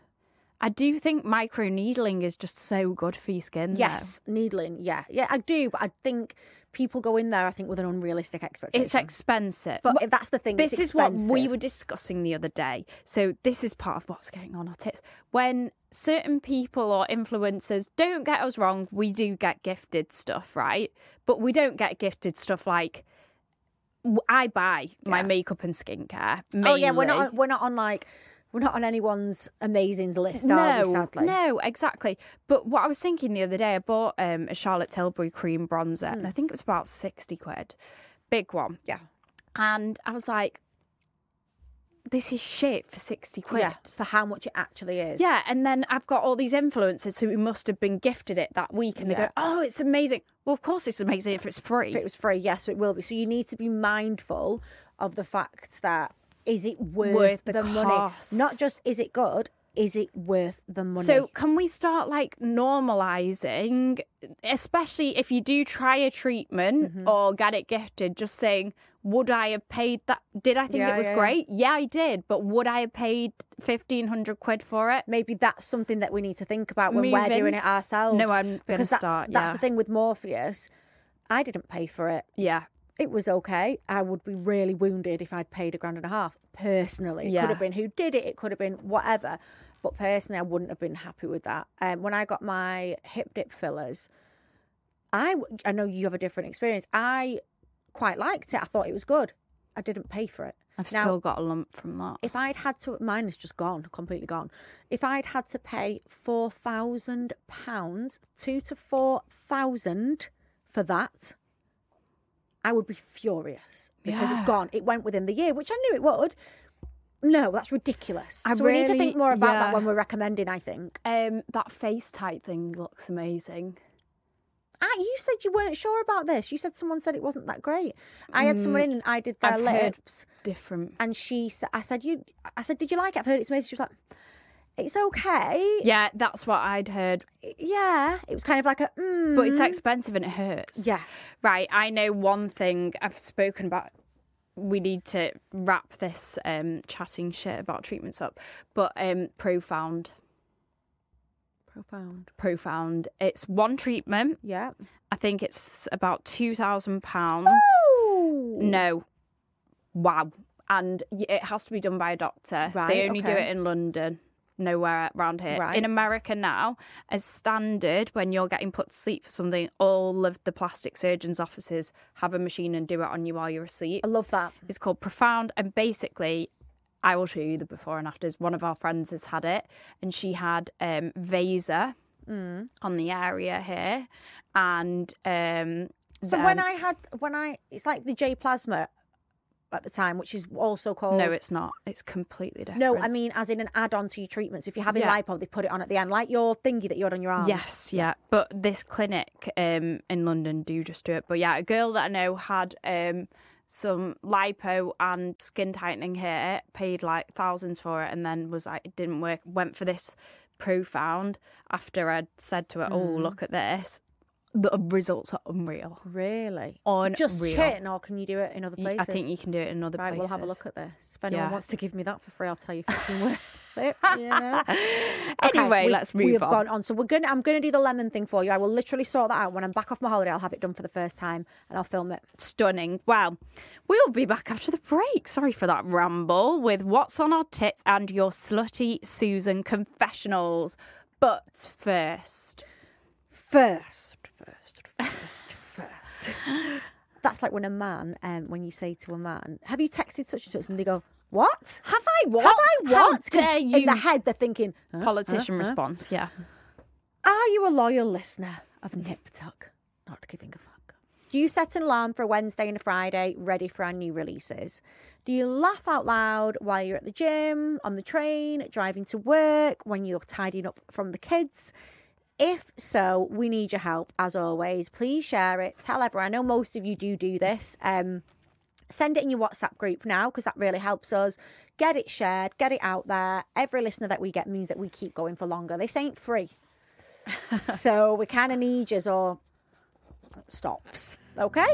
[SPEAKER 3] I do think microneedling is just so good for your skin. though.
[SPEAKER 2] Yes, needling. Yeah, yeah, I do. But I think people go in there. I think with an unrealistic expectation.
[SPEAKER 3] It's expensive.
[SPEAKER 2] but
[SPEAKER 3] Well,
[SPEAKER 2] if that's the thing,
[SPEAKER 3] this
[SPEAKER 2] it's
[SPEAKER 3] is what we
[SPEAKER 2] expensive.
[SPEAKER 3] were discussing the other day. So this is part of what's going on our tits. When certain people or influencers don't get us wrong, we do get gifted stuff, right? But we don't get gifted stuff like w- I buy my makeup and skincare. Mainly.
[SPEAKER 2] Oh yeah, we're not. We're not on like. We're not on anyone's amazings list, are we? Sadly.
[SPEAKER 3] No, exactly. But what I was thinking the other day, I bought um, a Charlotte Tilbury cream bronzer, and I think it was about 60 quid. Big one.
[SPEAKER 2] Hmm. Yeah.
[SPEAKER 3] And I was like, this is shit for 60 quid.
[SPEAKER 2] Yeah. For how much it actually is.
[SPEAKER 3] Yeah, and then I've got all these influencers who must have been gifted it that week, and they
[SPEAKER 2] Yeah.
[SPEAKER 3] go, "Oh, it's amazing!" Well, of course it's amazing if it's free.
[SPEAKER 2] If it was free, yes, it will be. So you need to be mindful of the fact that is it worth,
[SPEAKER 3] Worth the
[SPEAKER 2] money?
[SPEAKER 3] cost.
[SPEAKER 2] Not just is it good, is it worth the money?
[SPEAKER 3] So can we start like normalizing, especially if you do try a treatment
[SPEAKER 2] Mm-hmm.
[SPEAKER 3] or get it gifted, just saying, would I have paid that? Did I think
[SPEAKER 2] Yeah,
[SPEAKER 3] it was
[SPEAKER 2] yeah, yeah.
[SPEAKER 3] great? Yeah. I did. But would I have paid 1500 quid for it?
[SPEAKER 2] maybe that's something that we need to think about when we're
[SPEAKER 3] Move
[SPEAKER 2] doing
[SPEAKER 3] into-
[SPEAKER 2] it ourselves.
[SPEAKER 3] No, I'm gonna
[SPEAKER 2] Because that-
[SPEAKER 3] start,
[SPEAKER 2] That's
[SPEAKER 3] yeah.
[SPEAKER 2] the thing with Morpheus. I didn't pay for it.
[SPEAKER 3] Yeah.
[SPEAKER 2] It was okay. I would be really wounded if I'd paid a grand and a half personally. It
[SPEAKER 3] Yeah.
[SPEAKER 2] could have been who did it. It could have been whatever. But personally, I wouldn't have been happy with that. Um, when I got my hip dip fillers, I w- I know you have a different experience. I quite liked it. I thought it was good. I didn't pay for it.
[SPEAKER 3] I've
[SPEAKER 2] Now-
[SPEAKER 3] still got a lump from that.
[SPEAKER 2] if I'd had to, mine is just gone, completely gone. If I'd had to pay four thousand pounds, two to four thousand for that, I would be furious because it's
[SPEAKER 3] Yeah.
[SPEAKER 2] gone. It went within the year, which I knew it would. No, that's ridiculous.
[SPEAKER 3] I
[SPEAKER 2] so we need to
[SPEAKER 3] really-
[SPEAKER 2] think more about
[SPEAKER 3] yeah.
[SPEAKER 2] that when we're recommending. I think.
[SPEAKER 3] Um, that face tight thing looks amazing.
[SPEAKER 2] Ah, you said you weren't sure about this. You said someone said it wasn't that great. I had someone in and I did their
[SPEAKER 3] Mm, I've heard-
[SPEAKER 2] lips.
[SPEAKER 3] Different.
[SPEAKER 2] and she said, I said, you, I said, did you like it? I've heard it's amazing. She was like, it's okay.
[SPEAKER 3] Yeah, that's what I'd heard.
[SPEAKER 2] Yeah. It was kind of like a, mm.
[SPEAKER 3] But it's expensive and it hurts.
[SPEAKER 2] yeah.
[SPEAKER 3] Right, I know one thing I've spoken about. We need to wrap this um, chatting shit about treatments up, but um, profound,
[SPEAKER 2] Profound.
[SPEAKER 3] profound. It's one treatment.
[SPEAKER 2] Yeah.
[SPEAKER 3] I think it's about two thousand pounds. No, wow, and y- it has to be done by a doctor.
[SPEAKER 2] Right,
[SPEAKER 3] they only do
[SPEAKER 2] okay.
[SPEAKER 3] it in London. Nowhere around here.
[SPEAKER 2] Right.
[SPEAKER 3] In America now, as standard, when you're getting put to sleep for something, all of the plastic surgeons' offices have a machine and do it on you while you're asleep.
[SPEAKER 2] I love that.
[SPEAKER 3] It's called Profound, and basically, I will show you the before and afters. One of our friends has had it, and she had um, Vaser on the area here, and um,
[SPEAKER 2] So when I had, when I, it's like the J plasma at the time, which is also called.
[SPEAKER 3] no, it's not. It's completely different.
[SPEAKER 2] No, I mean as in an add-on to your treatments. If you're having
[SPEAKER 3] Yeah.
[SPEAKER 2] lipo, they put it on at the end, like your thingy that you had on your arm.
[SPEAKER 3] Yes, yeah. But this clinic um, in London do just do it. But yeah, a girl that I know had um, some lipo and skin tightening here, paid like thousands for it, and then was like, it didn't work.
[SPEAKER 2] Mm.
[SPEAKER 3] Went for this profound after I'd said to her, oh, look at this. the results are unreal.
[SPEAKER 2] Really?
[SPEAKER 3] Unreal.
[SPEAKER 2] Just Chitton, or can you do it in other
[SPEAKER 3] Y-
[SPEAKER 2] places?
[SPEAKER 3] I think you can do it in other
[SPEAKER 2] Right,
[SPEAKER 3] places.
[SPEAKER 2] we'll have a look at this. If anyone
[SPEAKER 3] Yeah.
[SPEAKER 2] wants to give me that for free, I'll tell you fucking worth [LAUGHS] it. You know? Okay,
[SPEAKER 3] Anyway,
[SPEAKER 2] we-
[SPEAKER 3] let's
[SPEAKER 2] We
[SPEAKER 3] move
[SPEAKER 2] have
[SPEAKER 3] on.
[SPEAKER 2] gone on. So we're gonna. I'm gonna do the lemon thing for you. I will literally sort that out when I'm back off my holiday. I'll have it done for the first time and I'll film it.
[SPEAKER 3] Stunning. Well, we'll be back after the break. Sorry for that ramble with what's on our tits and your slutty Susan confessionals. But first,
[SPEAKER 2] First, first, first, [LAUGHS] first. That's like when a man, um, when you say to a man, "Have you texted such and such?" and they go, "What?
[SPEAKER 3] have I what?
[SPEAKER 2] Have I what?" 'Cause
[SPEAKER 3] How dare
[SPEAKER 2] In
[SPEAKER 3] you?
[SPEAKER 2] the head, they're thinking, huh?
[SPEAKER 3] Politician
[SPEAKER 2] uh-huh.
[SPEAKER 3] response. Yeah.
[SPEAKER 2] Are you a loyal listener of Nip Tuck? Not giving a fuck. Do you set an alarm for a Wednesday and a Friday ready for our new releases? Do you laugh out loud while you're at the gym, on the train, driving to work, when you're tidying up from the kids? If so, we need your help as always. Please share it. Tell everyone. I know most of you do do this. Um, send it in your WhatsApp group now because that really helps us get it shared, get it out there. Every listener that we get means that we keep going for longer. This ain't free. so we kind of need yours or stops. Okay?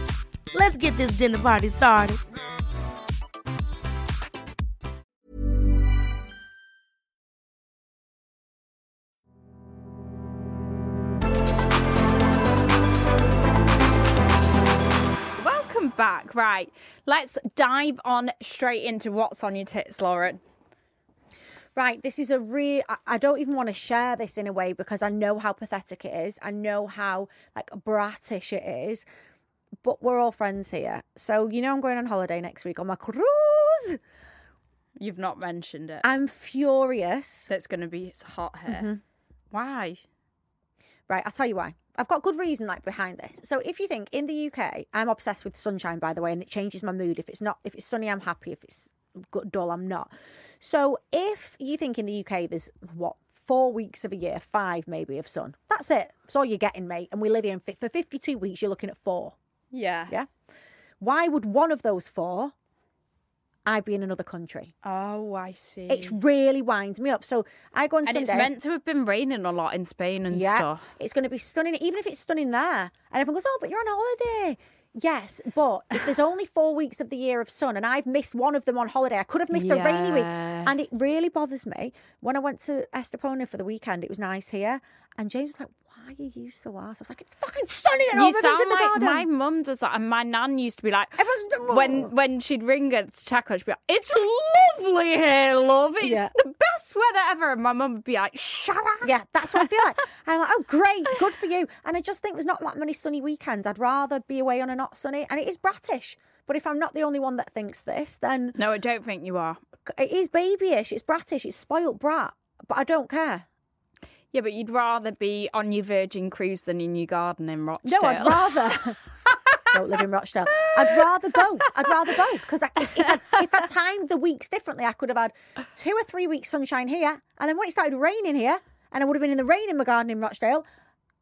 [SPEAKER 4] Let's get this dinner party started.
[SPEAKER 3] Welcome back. Right. Let's dive on straight into what's on your tits, Lauren.
[SPEAKER 2] Right, this is a real. I- I don't even want to share this in a way because I know how pathetic it is. I know how like bratish it is. But we're all friends here. So, you know, I'm going on holiday next week on my cruise.
[SPEAKER 3] You've not mentioned it.
[SPEAKER 2] I'm furious.
[SPEAKER 3] So it's going to be it's hot here.
[SPEAKER 2] Mm-hmm.
[SPEAKER 3] Why?
[SPEAKER 2] Right, I'll tell you why. I've got good reason like behind this. So if you think in the UK, I'm obsessed with sunshine by the way, and it changes my mood. If it's not if it's sunny, I'm happy. If it's gu- dull, I'm not. So if you think in the UK there's what four weeks of a year, five maybe of sun. That's it. That's all you're getting, mate. And we live here in fi- for 52 weeks. You're looking at four.
[SPEAKER 3] Yeah.
[SPEAKER 2] Yeah. Why would one of those four I be in another country?
[SPEAKER 3] Oh, I see.
[SPEAKER 2] It really winds me up. So I go on
[SPEAKER 3] and
[SPEAKER 2] Sunday.
[SPEAKER 3] it's meant to have been raining a lot in Spain and stuff.
[SPEAKER 2] It's going to be stunning, even if it's stunning there. And everyone goes, oh, but you're on holiday. Yes, but if
[SPEAKER 3] [LAUGHS]
[SPEAKER 2] there's only four weeks of the year of sun and I've missed one of them on holiday, I could have missed a rainy week.
[SPEAKER 3] Yeah.
[SPEAKER 2] And it really bothers me. When I went to Estepona for the weekend, it was nice here. And James was like, why are you so arse? I was like, it's fucking sunny and all
[SPEAKER 3] You
[SPEAKER 2] the in
[SPEAKER 3] sound
[SPEAKER 2] the
[SPEAKER 3] like
[SPEAKER 2] garden.
[SPEAKER 3] my mum does that, and my nan used to be like,
[SPEAKER 2] Everyone's-
[SPEAKER 3] when when she'd ring her to check her, she'd be like, "It's lovely here, love. It's
[SPEAKER 2] Yeah.
[SPEAKER 3] the best weather ever." And my mum would be like, "Shut up."
[SPEAKER 2] Yeah, that's what I feel
[SPEAKER 3] [LAUGHS]
[SPEAKER 2] like. And I'm like, oh, great, good for you. And I just think there's not that many sunny weekends. I'd rather be away on a not sunny. And it is brattish. But if I'm not the only one that thinks this, then
[SPEAKER 3] No, I don't think you are.
[SPEAKER 2] it is babyish, it's brattish, it's spoilt brat, but I don't care.
[SPEAKER 3] Yeah, but you'd rather be on your Virgin cruise than in your garden in
[SPEAKER 2] No,
[SPEAKER 3] Rochdale.
[SPEAKER 2] I'd [LAUGHS]
[SPEAKER 3] [LAUGHS]
[SPEAKER 2] rather. don't live in Rochdale. I'd rather both. I'd rather both because if, if, I- if I timed the weeks differently, I could have had two or three weeks sunshine here, and then when it started raining here, and I would have been in the rain in my garden in Rochdale,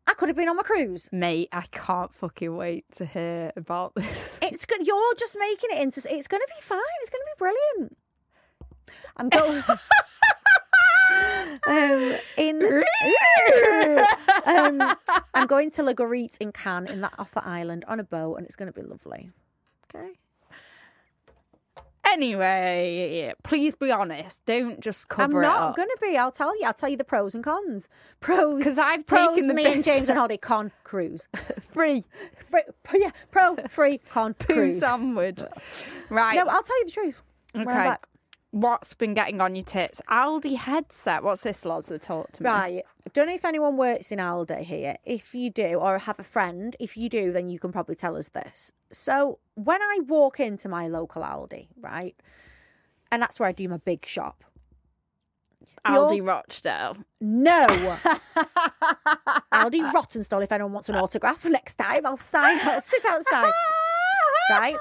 [SPEAKER 2] I could have been on my cruise.
[SPEAKER 3] Mate, I can't fucking wait to hear about this. [LAUGHS]
[SPEAKER 2] It's good. You're just making it into. It's going to be fine. It's going to be brilliant. I'm going. [LAUGHS] um,
[SPEAKER 3] [LAUGHS]
[SPEAKER 2] in [LAUGHS] um, I'm going to Ligorite in Cannes in that off the island on a boat, and it's going to be lovely. Okay.
[SPEAKER 3] Anyway, please be honest. Don't just
[SPEAKER 2] I'm
[SPEAKER 3] cover
[SPEAKER 2] not going to be. I'll tell you. I'll tell you the pros and cons. Pros.
[SPEAKER 3] Because I've
[SPEAKER 2] pros,
[SPEAKER 3] taken the
[SPEAKER 2] me and
[SPEAKER 3] piss.
[SPEAKER 2] James on holiday. Con cruise. [LAUGHS]
[SPEAKER 3] free
[SPEAKER 2] free, yeah, pro free
[SPEAKER 3] [LAUGHS]
[SPEAKER 2] con
[SPEAKER 3] poo
[SPEAKER 2] cruise. [LAUGHS]
[SPEAKER 3] sandwich. Right.
[SPEAKER 2] No, I'll tell you the truth. when I'm
[SPEAKER 3] Okay.
[SPEAKER 2] back.
[SPEAKER 3] What's been getting on your tits? Aldi headset. What's this, Lozza? Talk to me.
[SPEAKER 2] Right. I don't know if anyone works in Aldi here. If you do, or have a friend, if you do, then you can probably tell us this. So when I walk into my local Aldi, right, and that's where I do my big shop.
[SPEAKER 3] Aldi
[SPEAKER 2] You're-
[SPEAKER 3] Rochdale. [LAUGHS]
[SPEAKER 2] No. Aldi Rottenstall, if anyone wants an autograph [LAUGHS] next time, I'll sign,
[SPEAKER 3] [LAUGHS]
[SPEAKER 2] I'll sit outside. right?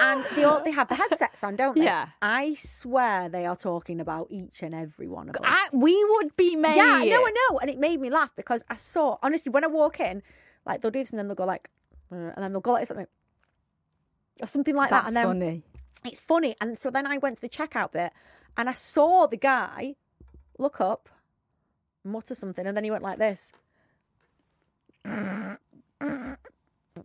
[SPEAKER 2] And they all they have the headsets on, don't they?
[SPEAKER 3] Yeah.
[SPEAKER 2] I swear they are talking about each and every one of us.
[SPEAKER 3] I, we would be made.
[SPEAKER 2] Yeah, I know, I know. And it made me laugh because I saw, honestly, when I walk in, like they'll do this and then they'll go like, "Uh," and then they'll go like something, or something like
[SPEAKER 3] That's
[SPEAKER 2] that. And then
[SPEAKER 3] funny.
[SPEAKER 2] it's funny. And so then I went to the checkout bit and I saw the guy look up, mutter something, and then he went like this.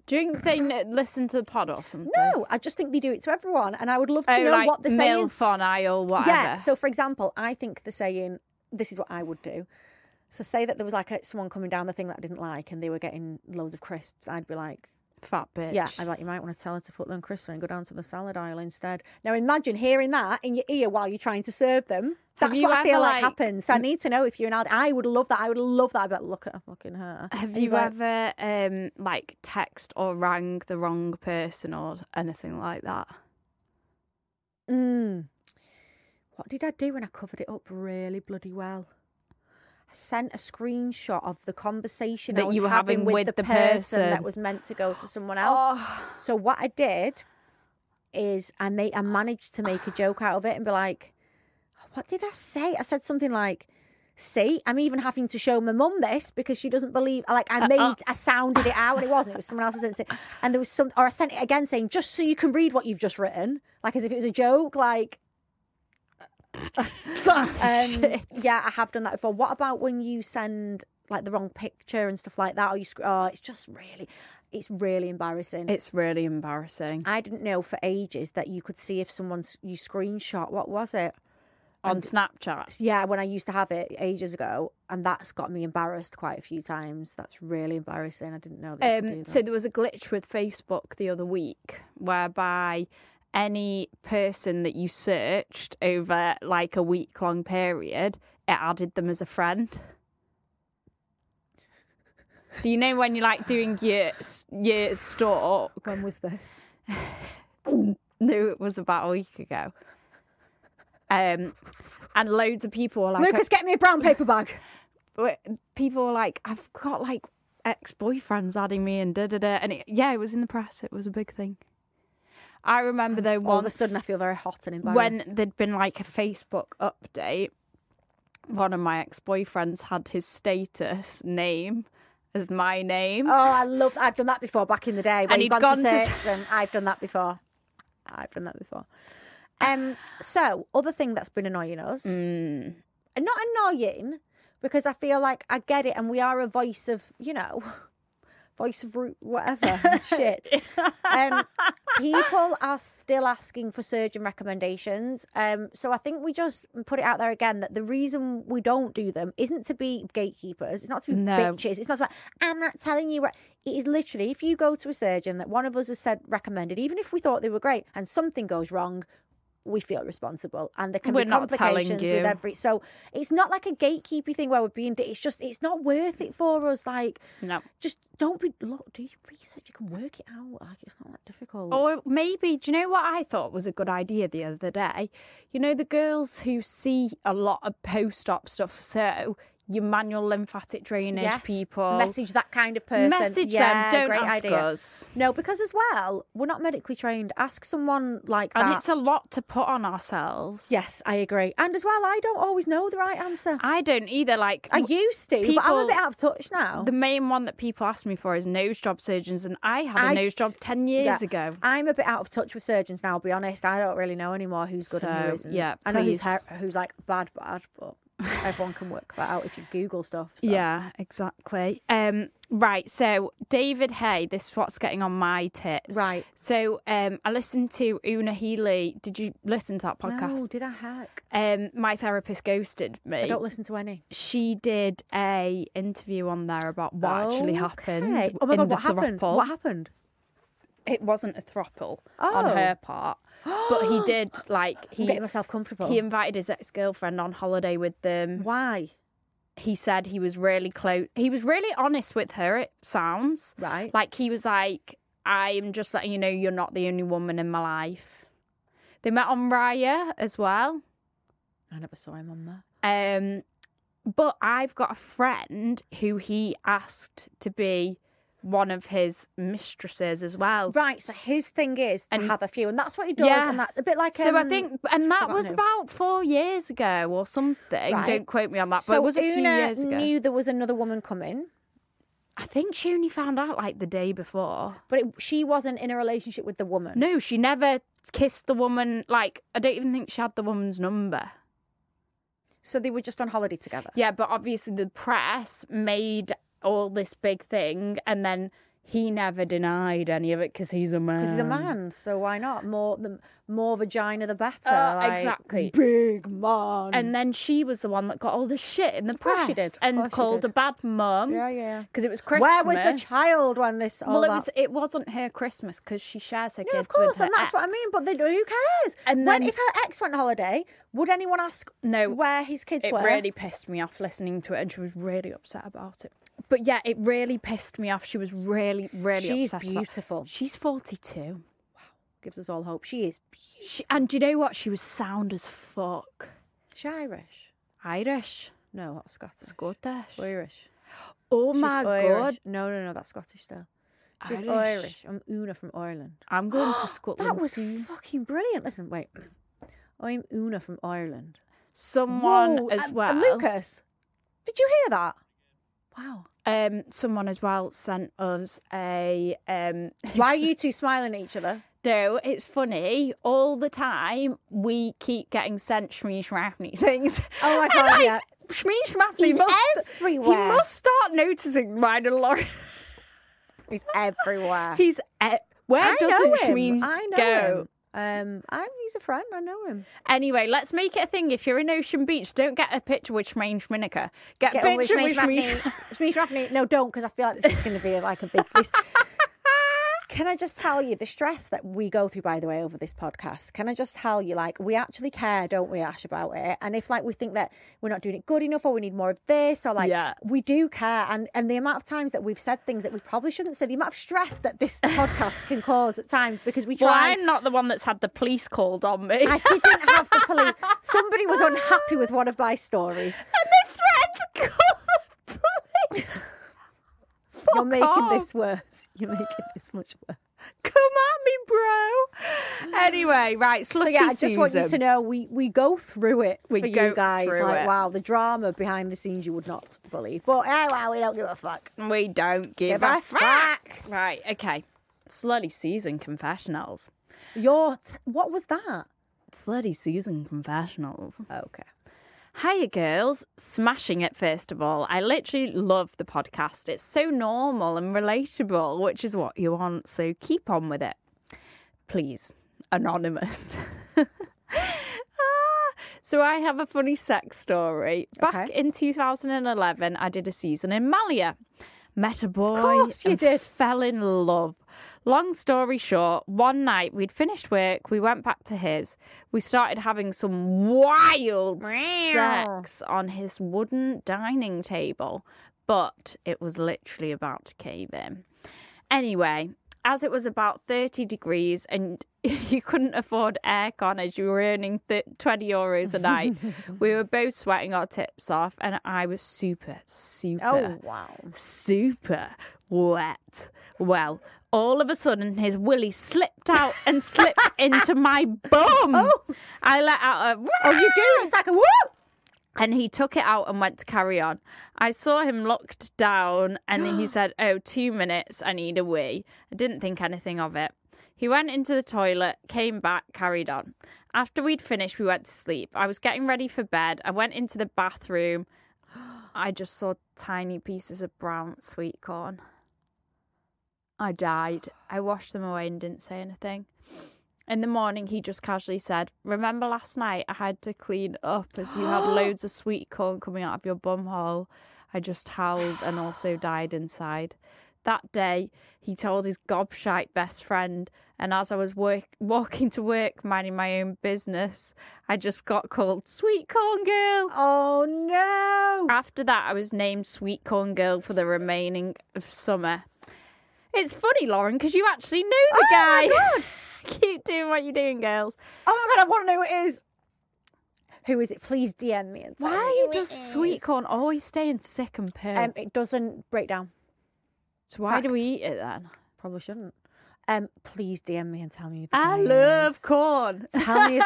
[SPEAKER 3] Do you think they n- listen to the pod or something?
[SPEAKER 2] No, I just think they do it to everyone. And I would love to
[SPEAKER 3] Oh,
[SPEAKER 2] know
[SPEAKER 3] like
[SPEAKER 2] what they're saying.
[SPEAKER 3] MILF on aisle, whatever.
[SPEAKER 2] Yeah. So, for example, I think they're saying this is what I would do. So, say that there was like a, someone coming down the thing that I didn't like, and they were getting loads of crisps. I'd be like,
[SPEAKER 3] Fat bitch.
[SPEAKER 2] yeah, I'd be like, you might want to tell her to put them crisps in and go down to the salad aisle instead. Now, imagine hearing that in your ear while you're trying to serve them.
[SPEAKER 3] Have
[SPEAKER 2] That's
[SPEAKER 3] you
[SPEAKER 2] what I feel
[SPEAKER 3] ever,
[SPEAKER 2] like,
[SPEAKER 3] like-
[SPEAKER 2] happens. So I need to know if you're an ad. I would love that. I would love that. I'd be like, look at her fucking her.
[SPEAKER 3] Have
[SPEAKER 2] And
[SPEAKER 3] you
[SPEAKER 2] you'd be like,
[SPEAKER 3] ever um like text or rang the wrong person or anything like that?
[SPEAKER 2] Mm. What did I do when I covered it up really bloody well? I sent a screenshot of the conversation I
[SPEAKER 3] That
[SPEAKER 2] was
[SPEAKER 3] you were
[SPEAKER 2] having, with, the, person, that
[SPEAKER 3] person.
[SPEAKER 2] was meant to go to
[SPEAKER 3] [GASPS]
[SPEAKER 2] someone else.
[SPEAKER 3] Oh.
[SPEAKER 2] So what I did is I made I managed to make a joke out of it and be like, "What did I say?" I said something like, "See, I'm even having to show my mum this because she doesn't believe." Like I made I sounded it out and it wasn't. It was someone else's instinct. And there was some, or I sent it again saying, "Just so you can read what you've just written," like as if it was a joke. Like,
[SPEAKER 3] Oh. [LAUGHS]
[SPEAKER 2] um, yeah, I have done that before. What about when you send? Like the wrong picture and stuff like that, or you, sc- oh, it's just really, it's really embarrassing.
[SPEAKER 3] It's really embarrassing.
[SPEAKER 2] I didn't know for ages that you could see if someone's you screenshot. What was it?
[SPEAKER 3] On Snapchat.
[SPEAKER 2] Yeah, when I used to have it ages ago, and that's got me embarrassed quite a few times. That's really embarrassing. I didn't know that. you could do
[SPEAKER 3] Um,
[SPEAKER 2] that.
[SPEAKER 3] so there was a glitch with Facebook the other week whereby any person that you searched over like a week long period, it added them as a friend. So you know when you're like doing your your store
[SPEAKER 2] when was this?
[SPEAKER 3] No, it was about a week ago. Um, and loads of people were like,
[SPEAKER 2] [LAUGHS] Lucas, get me a brown paper bag.
[SPEAKER 3] w- people were like, I've got like ex boyfriends adding me and da da da. And it, yeah, it was in the press. It was a big thing. I remember though
[SPEAKER 2] All of a
[SPEAKER 3] once
[SPEAKER 2] sudden, I feel very hot and embarrassed.
[SPEAKER 3] when there'd been like a Facebook update, one of my ex boyfriends had his status name as my name.
[SPEAKER 2] oh, I love. I've done that before back in the day. When
[SPEAKER 3] And
[SPEAKER 2] you've
[SPEAKER 3] he'd
[SPEAKER 2] gone, to
[SPEAKER 3] gone to-
[SPEAKER 2] search them, I've done that before. I've done that before. Um. So, other thing that's been annoying us.
[SPEAKER 3] Mm.
[SPEAKER 2] and not annoying because I feel like I get it, and we are a voice of you know, [LAUGHS] voice of root whatever shit. Um, people are still asking for surgeon recommendations, um, so I think we just put it out there again that the reason we don't do them isn't to be gatekeepers. It's not to be
[SPEAKER 3] No.
[SPEAKER 2] bitches. It's not about I'm not telling you. What... It is literally if you go to a surgeon that one of us has said recommended, even if we thought they were great, and something goes wrong. We feel responsible, and there can
[SPEAKER 3] We're
[SPEAKER 2] be
[SPEAKER 3] not telling
[SPEAKER 2] complications with
[SPEAKER 3] you.
[SPEAKER 2] every free- So it's not like a gatekeeping thing where we're being. It's just it's not worth it for us. Like
[SPEAKER 3] No.
[SPEAKER 2] just don't be. Look, do your research. You can work it out. Like it's not that difficult.
[SPEAKER 3] Or maybe, do you know what I thought was a good idea the other day? You know, the girls who see a lot of post op stuff, so your manual lymphatic drainage
[SPEAKER 2] Yes.
[SPEAKER 3] people.
[SPEAKER 2] message that kind of person.
[SPEAKER 3] Message
[SPEAKER 2] yeah,
[SPEAKER 3] them, don't
[SPEAKER 2] great
[SPEAKER 3] ask
[SPEAKER 2] idea.
[SPEAKER 3] us.
[SPEAKER 2] No, because as well, we're not medically trained. Ask someone like that.
[SPEAKER 3] And it's a lot to put on ourselves.
[SPEAKER 2] yes, I agree. And as well, I don't always know the right answer.
[SPEAKER 3] I don't either. Like,
[SPEAKER 2] I used to, but I'm a
[SPEAKER 3] people-
[SPEAKER 2] bit out of touch now.
[SPEAKER 3] the main one that people ask me for is nose job surgeons, and I had a
[SPEAKER 2] I
[SPEAKER 3] nose
[SPEAKER 2] just-
[SPEAKER 3] job 10 years ago.
[SPEAKER 2] I'm a bit out of touch with surgeons now. I'll be honest, I don't really know anymore who's good and who
[SPEAKER 3] So,
[SPEAKER 2] isn't.
[SPEAKER 3] yeah,
[SPEAKER 2] I know who's
[SPEAKER 3] please. [LAUGHS]
[SPEAKER 2] her- who's like bad, bad, but Everyone can work that out if you Google stuff. so.
[SPEAKER 3] Yeah, exactly. Um, right, so David Hay, this is what's getting on my tits.
[SPEAKER 2] Right.
[SPEAKER 3] So um, I listened to Una Healy. Did you listen to that
[SPEAKER 2] No,
[SPEAKER 3] podcast?
[SPEAKER 2] did I hack?
[SPEAKER 3] um, my therapist ghosted me.
[SPEAKER 2] I don't listen to any.
[SPEAKER 3] she did a interview on there about what actually
[SPEAKER 2] Okay.
[SPEAKER 3] happened.
[SPEAKER 2] Oh my
[SPEAKER 3] in
[SPEAKER 2] god,
[SPEAKER 3] the
[SPEAKER 2] what happened?
[SPEAKER 3] throuple.
[SPEAKER 2] What happened?
[SPEAKER 3] It wasn't a throuple on
[SPEAKER 2] Oh.
[SPEAKER 3] her part,
[SPEAKER 2] [GASPS]
[SPEAKER 3] but he did like
[SPEAKER 2] I'm
[SPEAKER 3] he
[SPEAKER 2] getting myself comfortable.
[SPEAKER 3] he invited his ex girlfriend on holiday with them.
[SPEAKER 2] Why?
[SPEAKER 3] he said he was really close. He was really honest with her, it sounds.
[SPEAKER 2] Right.
[SPEAKER 3] Like he was like, I'm just letting you know you're not the only woman in my life. They met on Raya as well.
[SPEAKER 2] I never saw him on there.
[SPEAKER 3] Um, but I've got a friend who he asked to be one of his mistresses as well.
[SPEAKER 2] Right, so his thing is to
[SPEAKER 3] And-
[SPEAKER 2] have a few, and that's what he does,
[SPEAKER 3] Yeah.
[SPEAKER 2] and that's a bit like.
[SPEAKER 3] So I
[SPEAKER 2] um,
[SPEAKER 3] think, and that
[SPEAKER 2] forgotten
[SPEAKER 3] was
[SPEAKER 2] who.
[SPEAKER 3] about four years ago or something.
[SPEAKER 2] Right.
[SPEAKER 3] Don't quote me on that, but
[SPEAKER 2] so
[SPEAKER 3] it was a
[SPEAKER 2] Una
[SPEAKER 3] few years ago.
[SPEAKER 2] knew there was another woman coming,
[SPEAKER 3] I think she only found out like the day before.
[SPEAKER 2] but it, she wasn't in a relationship with the woman.
[SPEAKER 3] No, she never kissed the woman. Like, I don't even think she had the woman's number.
[SPEAKER 2] So they were just on holiday together.
[SPEAKER 3] Yeah, but obviously the press made all this big thing, and then he never denied any of it because he's a man.
[SPEAKER 2] Because he's a man, so why not? More the more vagina, the better.
[SPEAKER 3] Uh,
[SPEAKER 2] like,
[SPEAKER 3] exactly.
[SPEAKER 2] Big man.
[SPEAKER 3] And then she was the one that got all the shit in the
[SPEAKER 2] course
[SPEAKER 3] press
[SPEAKER 2] she did. Of
[SPEAKER 3] and
[SPEAKER 2] course she
[SPEAKER 3] called
[SPEAKER 2] did.
[SPEAKER 3] a bad mum.
[SPEAKER 2] yeah, yeah.
[SPEAKER 3] Because it was Christmas.
[SPEAKER 2] Where was the child when this? All
[SPEAKER 3] Well, it
[SPEAKER 2] Oh, that-
[SPEAKER 3] was. It wasn't her Christmas because she shares her
[SPEAKER 2] Yeah, of
[SPEAKER 3] kids
[SPEAKER 2] course,
[SPEAKER 3] with her
[SPEAKER 2] and that's what I
[SPEAKER 3] ex.
[SPEAKER 2] mean. But they, who cares?
[SPEAKER 3] And
[SPEAKER 2] when
[SPEAKER 3] then-
[SPEAKER 2] if her ex went on holiday, would anyone ask
[SPEAKER 3] No,
[SPEAKER 2] where his kids
[SPEAKER 3] it
[SPEAKER 2] were?
[SPEAKER 3] really pissed me off listening to it, and she was really upset about it. But yeah, it really pissed me off. She was really, really
[SPEAKER 2] She's
[SPEAKER 3] upset. about-
[SPEAKER 2] beautiful.
[SPEAKER 3] She's forty-two,
[SPEAKER 2] Gives us all hope. She is
[SPEAKER 3] she, and do you know what? She was sound as fuck.
[SPEAKER 2] she Irish.
[SPEAKER 3] Irish,
[SPEAKER 2] No, that's Scottish.
[SPEAKER 3] Scottish.
[SPEAKER 2] Irish.
[SPEAKER 3] Oh
[SPEAKER 2] She's
[SPEAKER 3] my
[SPEAKER 2] Irish.
[SPEAKER 3] god!
[SPEAKER 2] No, no, no, that's Scottish still. She's
[SPEAKER 3] Irish.
[SPEAKER 2] Irish. I'm Una from Ireland.
[SPEAKER 3] I'm going to
[SPEAKER 2] [GASPS]
[SPEAKER 3] Scotland
[SPEAKER 2] That was
[SPEAKER 3] soon.
[SPEAKER 2] fucking brilliant. Listen, wait. I'm Una from Ireland.
[SPEAKER 3] someone
[SPEAKER 2] Whoa,
[SPEAKER 3] as
[SPEAKER 2] and-
[SPEAKER 3] well.
[SPEAKER 2] and Lucas, did you hear that? Wow.
[SPEAKER 3] Um, someone as well sent us a um.
[SPEAKER 2] Why are you two smiling at each other?
[SPEAKER 3] No, it's funny. All the time, we keep getting sent Shmeesh Rafney [LAUGHS] things.
[SPEAKER 2] Oh [LAUGHS] my
[SPEAKER 3] And
[SPEAKER 2] God,
[SPEAKER 3] I-
[SPEAKER 2] yeah.
[SPEAKER 3] Shmeesh Rafney
[SPEAKER 2] He's
[SPEAKER 3] must,
[SPEAKER 2] everywhere.
[SPEAKER 3] He must start noticing mine and Lauren.
[SPEAKER 2] He's [LAUGHS] everywhere.
[SPEAKER 3] He's. E- where
[SPEAKER 2] I
[SPEAKER 3] doesn't
[SPEAKER 2] know him.
[SPEAKER 3] Shmeesh
[SPEAKER 2] I know
[SPEAKER 3] go?
[SPEAKER 2] him. Um, I, he's a friend. I know him.
[SPEAKER 3] Anyway, let's make it a thing. If you're in Ocean Beach, don't get a picture with Shmeesh Minica. Get,
[SPEAKER 2] Get
[SPEAKER 3] a
[SPEAKER 2] on with
[SPEAKER 3] picture
[SPEAKER 2] Shmeesh
[SPEAKER 3] with Shmeesh. [LAUGHS]
[SPEAKER 2] Rafferty. Shmeesh Rafferty. No, don't, because I feel like this is going to be like a big. This... Can I just tell you the stress that we go through, by the way, over this podcast? Can I just tell you, like, we actually care, don't we, Ash, about it? And if, like, we think that we're not doing it good enough or we need more of this or, like,
[SPEAKER 3] Yeah.
[SPEAKER 2] we do care. And, and the amount of times that we've said things that we probably shouldn't say, the amount of stress that this [LAUGHS] podcast can cause at times because we try.
[SPEAKER 3] Well, I'm not the one that's had the police called on me. [LAUGHS]
[SPEAKER 2] I didn't have the police. Somebody was unhappy with one of my stories.
[SPEAKER 3] they threatened to call the police. [LAUGHS]
[SPEAKER 2] You're making
[SPEAKER 3] off.
[SPEAKER 2] this worse. You're making this much worse.
[SPEAKER 3] Come at me, bro. Anyway, right, slutty
[SPEAKER 2] So yeah, I just
[SPEAKER 3] Susan.
[SPEAKER 2] want you to know we we go through it
[SPEAKER 3] We
[SPEAKER 2] for
[SPEAKER 3] go
[SPEAKER 2] you guys.
[SPEAKER 3] through
[SPEAKER 2] Like
[SPEAKER 3] it.
[SPEAKER 2] wow, the drama behind the scenes you would not believe. But oh wow, we don't give a fuck.
[SPEAKER 3] We don't give,
[SPEAKER 2] Give a
[SPEAKER 3] a fuck. Right, okay. Slutty Susan confessionals.
[SPEAKER 2] Your t- what was that?
[SPEAKER 3] Slutty Susan confessionals.
[SPEAKER 2] Okay.
[SPEAKER 3] Hiya, girls. Smashing it, first of all. I literally love the podcast. It's so normal and relatable, which is what you want. So keep on with it. Please, anonymous. [LAUGHS] Ah, so I have a funny sex story. Back
[SPEAKER 2] Okay.
[SPEAKER 3] in 2011, I did a season in Malia. Met a boy.
[SPEAKER 2] course you
[SPEAKER 3] and
[SPEAKER 2] did.
[SPEAKER 3] Fell in love. Long story short, one night we'd finished work, we went back to his. We started having some wild sex on his wooden dining table, but it was literally about to cave in. Anyway, as it was about 30 degrees and [LAUGHS] you couldn't afford aircon as you were earning th- 20 euros
[SPEAKER 2] [LAUGHS]
[SPEAKER 3] a night, we were both sweating our tips off, and I was super, super
[SPEAKER 2] Oh wow.
[SPEAKER 3] super wet. Well, all of a sudden, his willy slipped out
[SPEAKER 2] [LAUGHS]
[SPEAKER 3] and slipped into my bum. I let out a. [LAUGHS]
[SPEAKER 2] Oh, you do. It's like a whoop.
[SPEAKER 3] And he took it out and went to carry on. I saw him locked
[SPEAKER 2] [GASPS]
[SPEAKER 3] down and he said, Oh, two minutes, I need a wee. I didn't think anything of it. He He went into the toilet, came back, carried on. After we'd finished, we went to sleep. I was getting ready for bed. I went into the bathroom. I just saw tiny pieces of brown sweet corn. I died. I washed them away and didn't say anything. In the morning, he just casually said, Remember last night I had to clean up as you had loads of sweet corn coming out of your bum hole? I just howled and also died inside. That day, he told his gobshite best friend, and as I was work- walking to work, minding my own business, I just got called Sweet Corn Girl.
[SPEAKER 2] Oh no!
[SPEAKER 3] After that, I was named Sweet Corn Girl for the remaining of summer. It's funny, Lauren, because you actually knew the
[SPEAKER 2] Oh my
[SPEAKER 3] guy. [LAUGHS] Keep doing what you're doing, girls.
[SPEAKER 2] Oh my god, I want to know who it is. Who is it? Please DM me and tell
[SPEAKER 3] Why
[SPEAKER 2] me who
[SPEAKER 3] does
[SPEAKER 2] it
[SPEAKER 3] sweet
[SPEAKER 2] is.
[SPEAKER 3] corn always stay in sick and pale?
[SPEAKER 2] Um, it doesn't break down.
[SPEAKER 3] so why do
[SPEAKER 2] fact.
[SPEAKER 3] we eat it then?
[SPEAKER 2] Probably shouldn't. Um, please DM me and tell me who the guy
[SPEAKER 3] I love
[SPEAKER 2] is.
[SPEAKER 3] corn.
[SPEAKER 2] [LAUGHS] Tell me,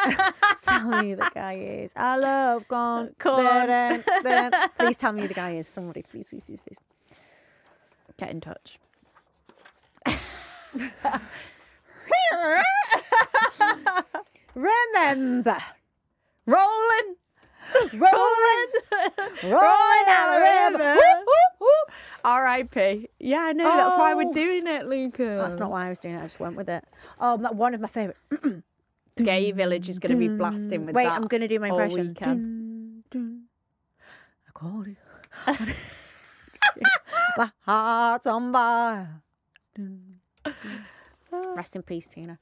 [SPEAKER 2] tell me who the guy is. I love gone.
[SPEAKER 3] Corn. [LAUGHS]
[SPEAKER 2] Please tell me who the guy is. Somebody, please, please, please, please.
[SPEAKER 3] [LAUGHS] Get in touch.
[SPEAKER 2] Remember,
[SPEAKER 3] Rolling,
[SPEAKER 2] rolling, rolling out of river. Whoop, whoop, whoop.
[SPEAKER 3] R.I.P. Yeah, I know. That's why
[SPEAKER 2] Oh.
[SPEAKER 3] we're doing it, Lucas.
[SPEAKER 2] That's not why I was doing it. I just went with it. Oh, my, one of my favorites.
[SPEAKER 3] Gay Village is going to be blasting with
[SPEAKER 2] Wait,
[SPEAKER 3] that.
[SPEAKER 2] I'm gonna do my
[SPEAKER 3] all
[SPEAKER 2] impression.
[SPEAKER 3] weekend.
[SPEAKER 2] Oh, Dun, dun. I call you. [LAUGHS] my heart's on fire. Dun, dun. Rest in peace, Tina.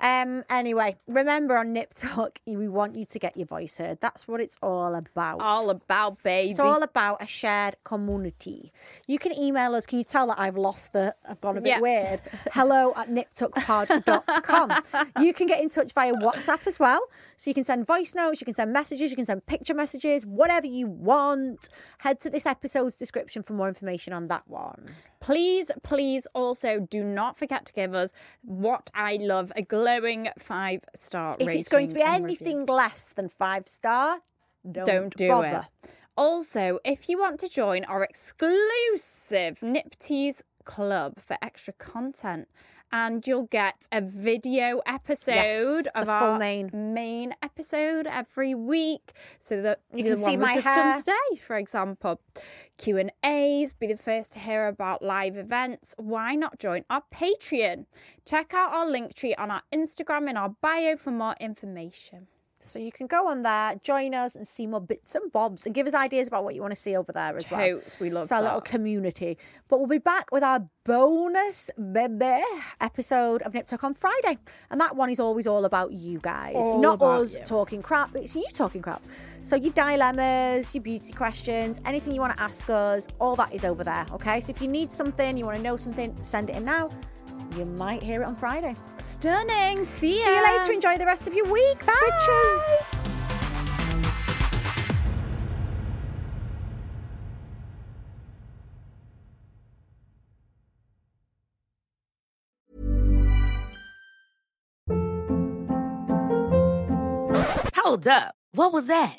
[SPEAKER 2] Um. Anyway, remember on Nip Talk, we want you to get your voice heard. That's what it's all about.
[SPEAKER 3] all about baby.
[SPEAKER 2] it's all about a shared community. You can email us. Can you tell that I've lost the, I've gone a bit [LAUGHS]
[SPEAKER 3] Yeah.
[SPEAKER 2] weird? Hello at [LAUGHS] niptuckpod.com. you can get in touch via WhatsApp as well. So you can send voice notes, you can send messages, you can send picture messages, whatever you want. Head to this episode's description for more information on that one.
[SPEAKER 3] Please, please also do not forget to give us what I love a glowing five star
[SPEAKER 2] If
[SPEAKER 3] rating.
[SPEAKER 2] it's going to be
[SPEAKER 3] and review.
[SPEAKER 2] anything less than five star, don't,
[SPEAKER 3] don't do
[SPEAKER 2] bother.
[SPEAKER 3] it. Also, if you want to join our exclusive Nipties Club for extra content, and you'll get a video episode
[SPEAKER 2] Yes,
[SPEAKER 3] of
[SPEAKER 2] the
[SPEAKER 3] our
[SPEAKER 2] full main.
[SPEAKER 3] main episode every week, so that
[SPEAKER 2] You
[SPEAKER 3] the
[SPEAKER 2] can see
[SPEAKER 3] one
[SPEAKER 2] my
[SPEAKER 3] we've just
[SPEAKER 2] hair.
[SPEAKER 3] done today, for example, Q and A's. Be the first to hear about live events. Why not join our Patreon? Check out our link tree on our Instagram in our bio for more information.
[SPEAKER 2] So you can go on there, join us, and see more bits and bobs, and give us ideas about what you want to see over there as well.
[SPEAKER 3] Totes, we love
[SPEAKER 2] it's our little
[SPEAKER 3] that.
[SPEAKER 2] community. But we'll be back with our bonus baby episode of Nip Tuck on Friday, and that one is always all about you guys,
[SPEAKER 3] All
[SPEAKER 2] not
[SPEAKER 3] about
[SPEAKER 2] us talking crap. It's you talking crap. So your dilemmas, your beauty questions, anything you want to ask us, all that is over there. Okay. So if you need something, you want to know something, send it in now. You might hear it on Friday.
[SPEAKER 3] Stunning. See,
[SPEAKER 2] See you
[SPEAKER 3] ya.
[SPEAKER 2] later. Enjoy the rest of your week. Bye.
[SPEAKER 4] Hold up. What was that?